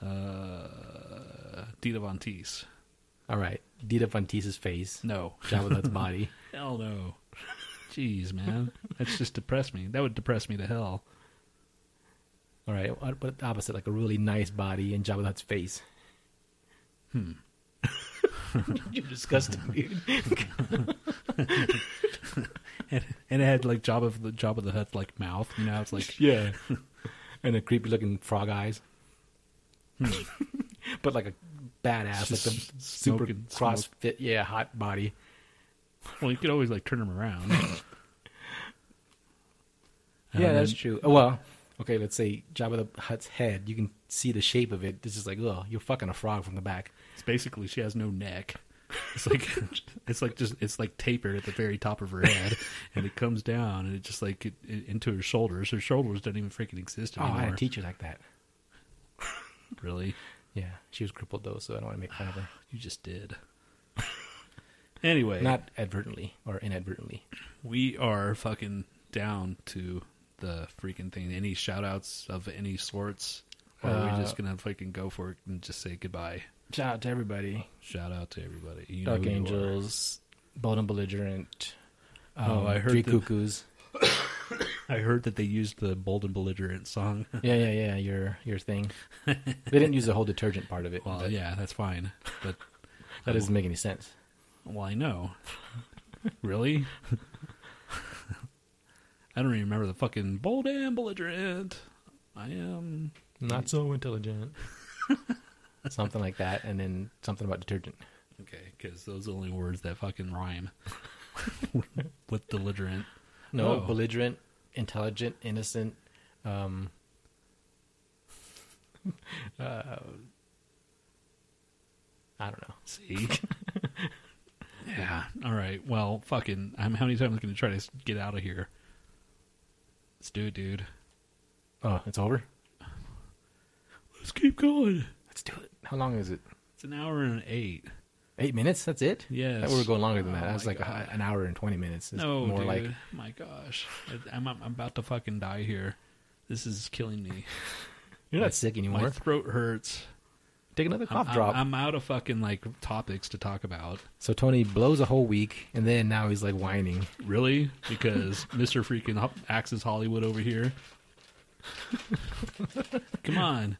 Speaker 2: uh, Dita Von Teese.
Speaker 3: All right. Dita Fontise's face.
Speaker 2: No.
Speaker 3: Jabba the Hutt's body.
Speaker 2: Hell no. Jeez, man. That's just depressed me. That would depress me to hell.
Speaker 3: All right. uh, But opposite, like a really nice body and Jabba the Hutt's face. Hmm. You're disgusting, dude.
Speaker 2: and, and it had like Job of the Job of the Hut like mouth. You know, it's like
Speaker 3: yeah, and a creepy looking frog eyes, Hmm. but like a badass, like the
Speaker 2: Just
Speaker 3: super
Speaker 2: smoking- smoke.
Speaker 3: CrossFit, yeah, hot body.
Speaker 2: well, you could always like turn them around.
Speaker 3: Yeah,
Speaker 2: Um,
Speaker 3: that's true. Oh, well, okay, let's say Jabba the Hutt's head. You can see the shape of it. This is like, oh, you're fucking a frog from the back.
Speaker 2: It's basically she has no neck. It's like it's like just it's like tapered at the very top of her head, and it comes down and it just like it, it, into her shoulders. Her shoulders don't even freaking exist
Speaker 3: Oh, I
Speaker 2: anymore.
Speaker 3: had a teacher like that.
Speaker 2: really,
Speaker 3: Yeah, she was crippled though, so I don't want to make fun of her.
Speaker 2: you just did. anyway,
Speaker 3: Not advertently or inadvertently.
Speaker 2: we are fucking down to the freaking thing. Any shout outs of any sorts? Or are
Speaker 3: Uh,
Speaker 2: we just gonna fucking go for it and just say goodbye?
Speaker 3: Shout out to everybody.
Speaker 2: Shout out to everybody. You know
Speaker 3: Dark
Speaker 2: who you are.
Speaker 3: Angels, Bold and Belligerent. Um,
Speaker 2: Oh, I heard
Speaker 3: Three
Speaker 2: that-
Speaker 3: Cuckoos.
Speaker 2: I heard that they used the bold and belligerent song.
Speaker 3: yeah, yeah, yeah. Your your thing. they didn't use the whole detergent part of it.
Speaker 2: Well,
Speaker 3: but
Speaker 2: yeah, that's fine. But
Speaker 3: That doesn't make any sense.
Speaker 2: well, I know. really? I don't even remember the fucking bold and belligerent. I am.
Speaker 3: Not so intelligent. something like that, and then something about detergent.
Speaker 2: Okay, because those are the only words that fucking rhyme with belligerent.
Speaker 3: No,
Speaker 2: Oh.
Speaker 3: belligerent, intelligent, innocent. Um, uh, I don't know.
Speaker 2: See? yeah. All right. Well, fucking. I'm, how many times am I going to try to s- get out of here? Let's do it, dude.
Speaker 3: Oh, it's over.
Speaker 2: Let's keep going.
Speaker 3: Let's do it. How long is it?
Speaker 2: It's an hour and eight.
Speaker 3: Eight minutes. That's it.
Speaker 2: Yes.
Speaker 3: I thought we were going longer than that.
Speaker 2: Oh
Speaker 3: I was
Speaker 2: my
Speaker 3: like
Speaker 2: God.
Speaker 3: uh, an hour and twenty minutes. It's
Speaker 2: no,
Speaker 3: more
Speaker 2: dude.
Speaker 3: like
Speaker 2: My gosh. I- I'm, I'm about to fucking die here. This is killing me.
Speaker 3: you're not sick anymore.
Speaker 2: My throat hurts.
Speaker 3: Take another
Speaker 2: I'm,
Speaker 3: cough
Speaker 2: I'm-
Speaker 3: drop.
Speaker 2: I'm out of fucking like topics to talk about.
Speaker 3: So Tony blows a whole week, and then now he's like whining.
Speaker 2: Really? Because Mr. Freaking Ho- Axis Hollywood over here. Come on.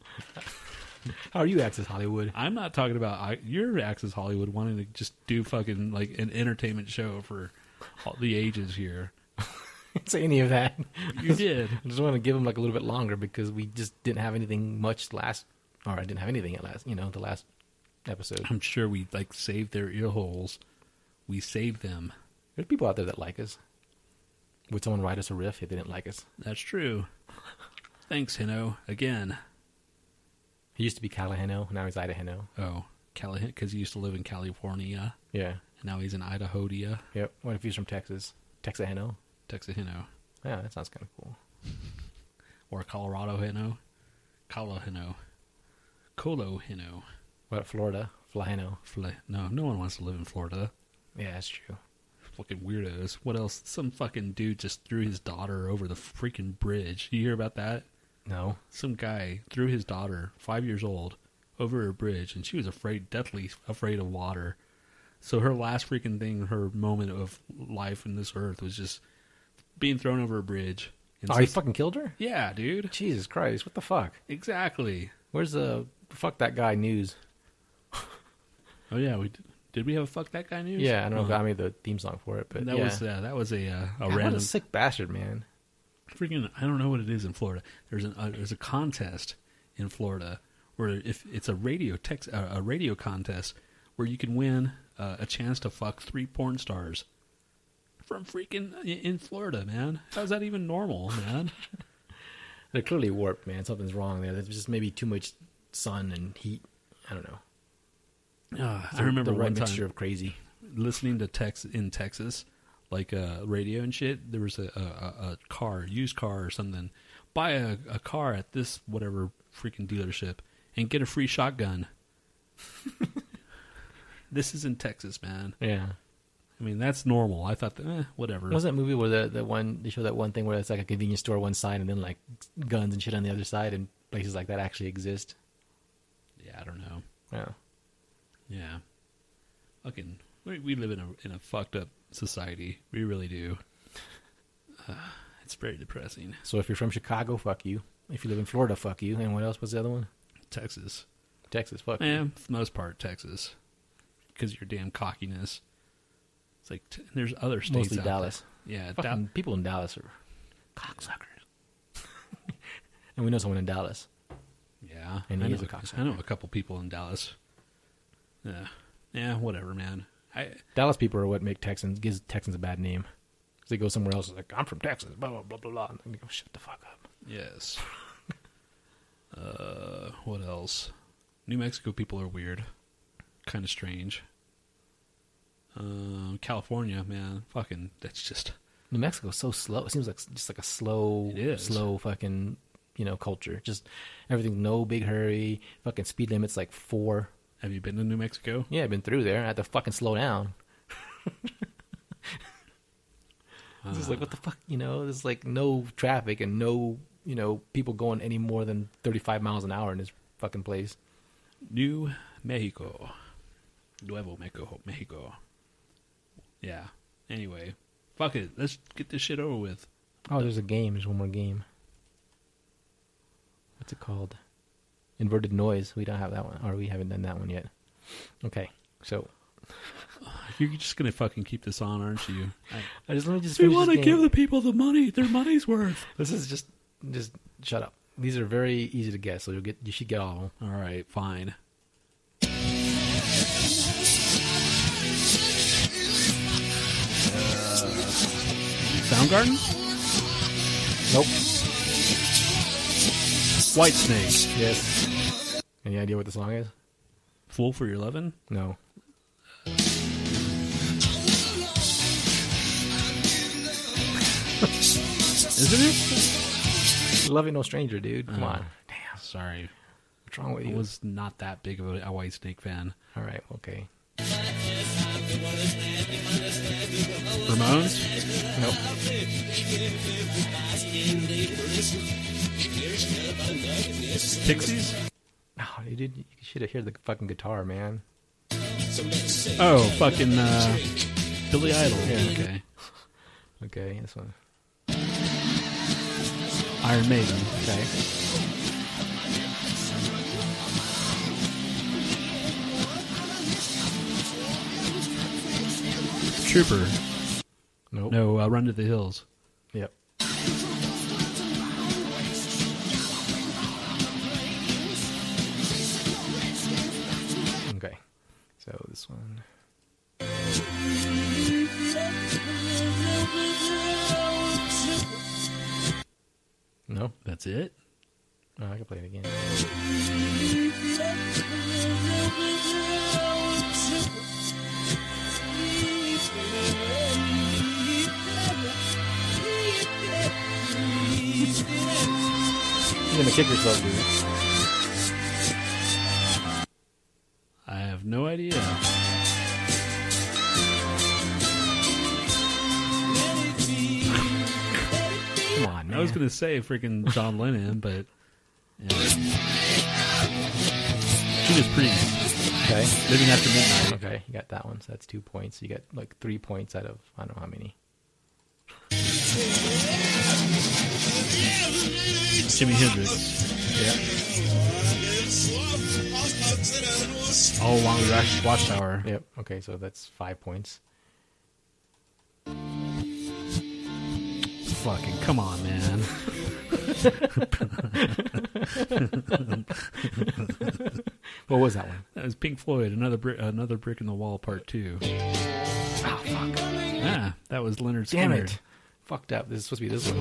Speaker 3: How are you, Access Hollywood?
Speaker 2: I'm not talking about I, your Access Hollywood wanting to just do fucking like an entertainment show for all the ages here.
Speaker 3: Didn't say any of that.
Speaker 2: You did.
Speaker 3: I just want to give him like a little bit longer because we just didn't have anything much last, or I didn't have anything at last. You know, the last episode.
Speaker 2: I'm sure we like saved their ear holes. We saved them.
Speaker 3: There's people out there that like us. Would someone write us a riff if they didn't like us?
Speaker 2: That's true. Thanks, Hino. Again.
Speaker 3: He used to be Calaheno, now he's Idaheno.
Speaker 2: Oh, Cali because he used to live in California,
Speaker 3: Yeah.
Speaker 2: and now he's in Idahodia,
Speaker 3: Yep. What if he's from Texas? Texaheno.
Speaker 2: Texas Hino,
Speaker 3: Yeah, that sounds kind of cool.
Speaker 2: or Colorado Hino, Cala Hino, Colo Hino.
Speaker 3: What about Florida? Flaheno.
Speaker 2: Fla- no, no one wants to live in Florida.
Speaker 3: Yeah, that's true.
Speaker 2: fucking weirdos. What else? Some fucking dude just threw his daughter over the freaking bridge. You hear about that?
Speaker 3: No.
Speaker 2: Some guy threw his daughter, five years old, over a bridge, and she was afraid, deathly afraid of water. So her last freaking thing, her moment of life in this earth, was just being thrown over a bridge. And
Speaker 3: Oh,
Speaker 2: so-
Speaker 3: he fucking killed her?
Speaker 2: yeah, dude.
Speaker 3: Jesus Christ, what the fuck?
Speaker 2: Exactly.
Speaker 3: Where's the fuck that guy news?
Speaker 2: Oh yeah, we did. did we have a fuck that guy news?
Speaker 3: Yeah, I don't know if
Speaker 2: Uh,
Speaker 3: I made the theme song for it, but
Speaker 2: that
Speaker 3: yeah.
Speaker 2: was uh, that was a uh, a
Speaker 3: God, what
Speaker 2: random
Speaker 3: a sick bastard, man.
Speaker 2: freaking I don't know what it is in Florida. There's an uh, there's a contest in Florida where if it's a radio text uh, a radio contest where you can win uh, a chance to fuck three porn stars from freaking i- in Florida, man. How's that even normal, man?
Speaker 3: They're clearly warped, man. Something's wrong there. There's just maybe too much sun and heat. I don't know.
Speaker 2: Uh, I
Speaker 3: The-
Speaker 2: remember
Speaker 3: the right
Speaker 2: one time
Speaker 3: mixture of crazy.
Speaker 2: listening to Tex in Texas, like uh, radio and shit. There was a, a, a- a car, used car or something. Buy a, a car at this whatever freaking dealership and get a free shotgun. this is in Texas, man.
Speaker 3: Yeah.
Speaker 2: I mean, that's normal. I thought, that, eh, whatever.
Speaker 3: What was that movie where the, the one they show that one thing where it's like a convenience store one side and then like guns and shit on the other side and places like that actually exist?
Speaker 2: Yeah, I don't know.
Speaker 3: Yeah.
Speaker 2: Yeah, fucking. We, we live in a in a fucked up society. We really do. Uh, it's very depressing.
Speaker 3: So if you're from Chicago, fuck you. If you live in Florida, fuck you. And what else was the other one?
Speaker 2: Texas.
Speaker 3: Texas, fuck
Speaker 2: Yeah,
Speaker 3: you.
Speaker 2: for the most part, Texas, because your damn cockiness. It's like t- there's other states
Speaker 3: Mostly
Speaker 2: out there.
Speaker 3: Dallas.
Speaker 2: Yeah, Dal-
Speaker 3: Fucking people in Dallas are cocksuckers. and we know someone in Dallas.
Speaker 2: yeah.
Speaker 3: And
Speaker 2: I
Speaker 3: he
Speaker 2: know,
Speaker 3: is a
Speaker 2: a-
Speaker 3: cocksucker.
Speaker 2: I know a couple people in Dallas. Yeah, yeah, whatever, man. I
Speaker 3: Dallas people are what make Texans gives Texans a bad name. 'Cause They go somewhere else. It's like I'm from Texas. Blah blah blah blah blah. And they go shut the fuck up.
Speaker 2: yes. uh, what else? New Mexico people are weird, kind of strange. Um, California, man, fucking that's just
Speaker 3: New Mexico's so slow. It seems like just like a slow,
Speaker 2: It is.
Speaker 3: slow fucking you know culture. Just everything, no big hurry. Fucking speed limits like four.
Speaker 2: Have you been to New Mexico?
Speaker 3: Yeah, I've been through there. I had to fucking slow down. It's just like what the fuck, you know? There's like no traffic and no you know people going any more than 35 miles an hour in this fucking place.
Speaker 2: New Mexico. Nuevo Mexico, Mexico. Yeah. Anyway, fuck it. Let's get this shit over with.
Speaker 3: Oh, there's a game. There's one more game. What's it called? Inverted noise. We don't have that one, or we haven't done that one yet. Okay, so
Speaker 2: You're just gonna fucking keep this on, aren't you?
Speaker 3: I just let me just.
Speaker 2: we
Speaker 3: finish
Speaker 2: want to
Speaker 3: this game.
Speaker 2: give the people the money their money's worth.
Speaker 3: This is just, just shut up. These are very easy to guess, so you'll get, you should get all of them.
Speaker 2: All right, fine. Soundgarden,
Speaker 3: Nope.
Speaker 2: White Snake,
Speaker 3: Yes. Any idea what the song is?
Speaker 2: Fool for Your Lovin',
Speaker 3: No.
Speaker 2: isn't it?
Speaker 3: Loving No Stranger, dude. Come
Speaker 2: Oh.
Speaker 3: on. Damn.
Speaker 2: Sorry,
Speaker 3: What's wrong with
Speaker 2: I
Speaker 3: you?
Speaker 2: was not that big of a, a White Snake fan.
Speaker 3: All right. Okay.
Speaker 2: Ramones,
Speaker 3: Nope.
Speaker 2: Pixies.
Speaker 3: Oh, you did. You should have heard the fucking guitar, man.
Speaker 2: Oh, fucking uh, Billy Idol. Okay.
Speaker 3: Okay. This one.
Speaker 2: Iron Maiden.
Speaker 3: Okay.
Speaker 2: Trooper.
Speaker 3: Nope.
Speaker 2: No, uh, Run to the Hills.
Speaker 3: Yep. Okay. So this one. No,
Speaker 2: That's it.
Speaker 3: no, I can play it again. You're gonna kick yourself, dude.
Speaker 2: I have no idea.
Speaker 3: Come on, man.
Speaker 2: I was gonna say freaking John Lennon, but yeah. Judas Priest,
Speaker 3: Okay.
Speaker 2: Living After Midnight.
Speaker 3: Okay, you got that one. So that's two points. You got like three points out of I don't know how many.
Speaker 2: Jimi Hendrix,
Speaker 3: Yeah.
Speaker 2: All Along the Rock- Watchtower.
Speaker 3: Yep. Okay, so that's five points.
Speaker 2: Fucking come on, man.
Speaker 3: What was that one?
Speaker 2: That was Pink Floyd, another brick, another brick in the wall, part two.
Speaker 3: Ah, fuck.
Speaker 2: Yeah, that was Leonard
Speaker 3: Damn
Speaker 2: Skinner.
Speaker 3: it. Fucked up. This is supposed to be this one.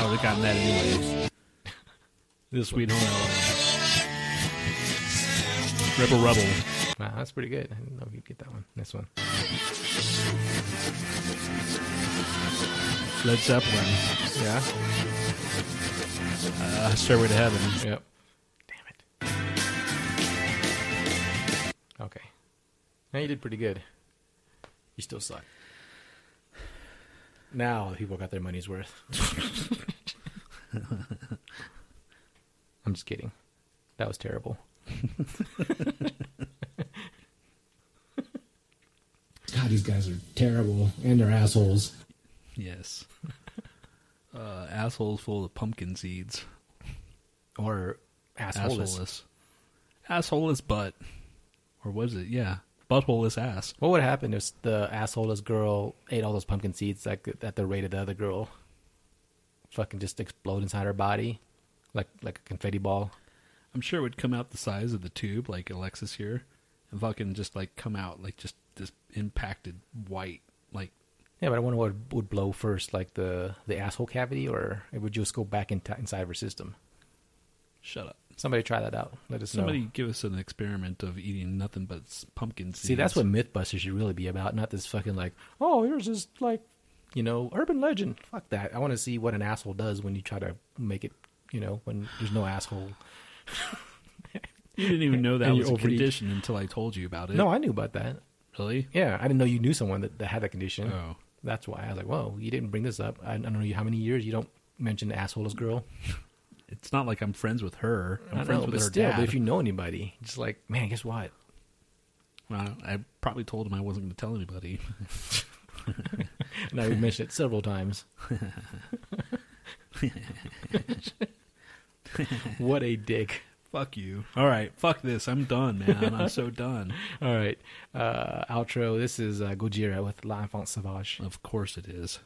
Speaker 2: Oh, they got that anyway. This Sweet Home Alabama. Rebel Rebel.
Speaker 3: Wow, that's pretty good. I didn't know if you'd get that one. This one.
Speaker 2: Led Zeppelin.
Speaker 3: Yeah.
Speaker 2: Uh, Stairway to Heaven.
Speaker 3: Yep. Damn it. Okay. Now you did pretty good. You still suck. Now the people got their money's worth. I'm just kidding. That was terrible.
Speaker 7: God, these guys are terrible and they're assholes.
Speaker 2: Yes. Uh, assholes full of pumpkin seeds.
Speaker 3: Or assholeless.
Speaker 2: Assholeless. Assholeless butt. Or was it? Yeah. butthole-less ass.
Speaker 3: What would happen if the assholeless girl ate all those pumpkin seeds like at the rate of the other girl? Fucking just explode inside her body, like like a confetti ball.
Speaker 2: I'm sure it would come out the size of the tube, like Alexis here, and fucking just like come out like just this impacted white, like
Speaker 3: Yeah, but I wonder what would blow first, like the the asshole cavity, or it would just go back in inside of her system.
Speaker 2: shut up.
Speaker 3: Somebody try that out. Let us
Speaker 2: Somebody
Speaker 3: know.
Speaker 2: give us an experiment of eating nothing but s- pumpkin seeds.
Speaker 3: See, that's what MythBusters should really be about, not this fucking like, oh, here's this like, you know, urban legend. Fuck that. I want to see what an asshole does when you try to make it, you know, when there's no asshole.
Speaker 2: you didn't even know that
Speaker 3: and you
Speaker 2: was a
Speaker 3: overeat.
Speaker 2: condition until I told you about it.
Speaker 3: No, I knew about that.
Speaker 2: really.
Speaker 3: Yeah, I didn't know you knew someone that, that had that condition.
Speaker 2: Oh.
Speaker 3: That's why I was like, whoa, you didn't bring this up. I, I don't know you how many years you don't mention the assholeless girl.
Speaker 2: It's not like I'm friends with her. I'm
Speaker 3: I don't
Speaker 2: friends
Speaker 3: know,
Speaker 2: with
Speaker 3: but
Speaker 2: her
Speaker 3: still,
Speaker 2: dad.
Speaker 3: but if you know anybody, just like, man, guess what?
Speaker 2: Uh, I probably told him I wasn't going to tell anybody.
Speaker 3: And I mentioned it several times. what a dick.
Speaker 2: fuck you. All right, fuck this. I'm done, man. I'm so done.
Speaker 3: All right. Uh, outro. This is uh, Gojira with L'Enfant Sauvage.
Speaker 2: Of course it is.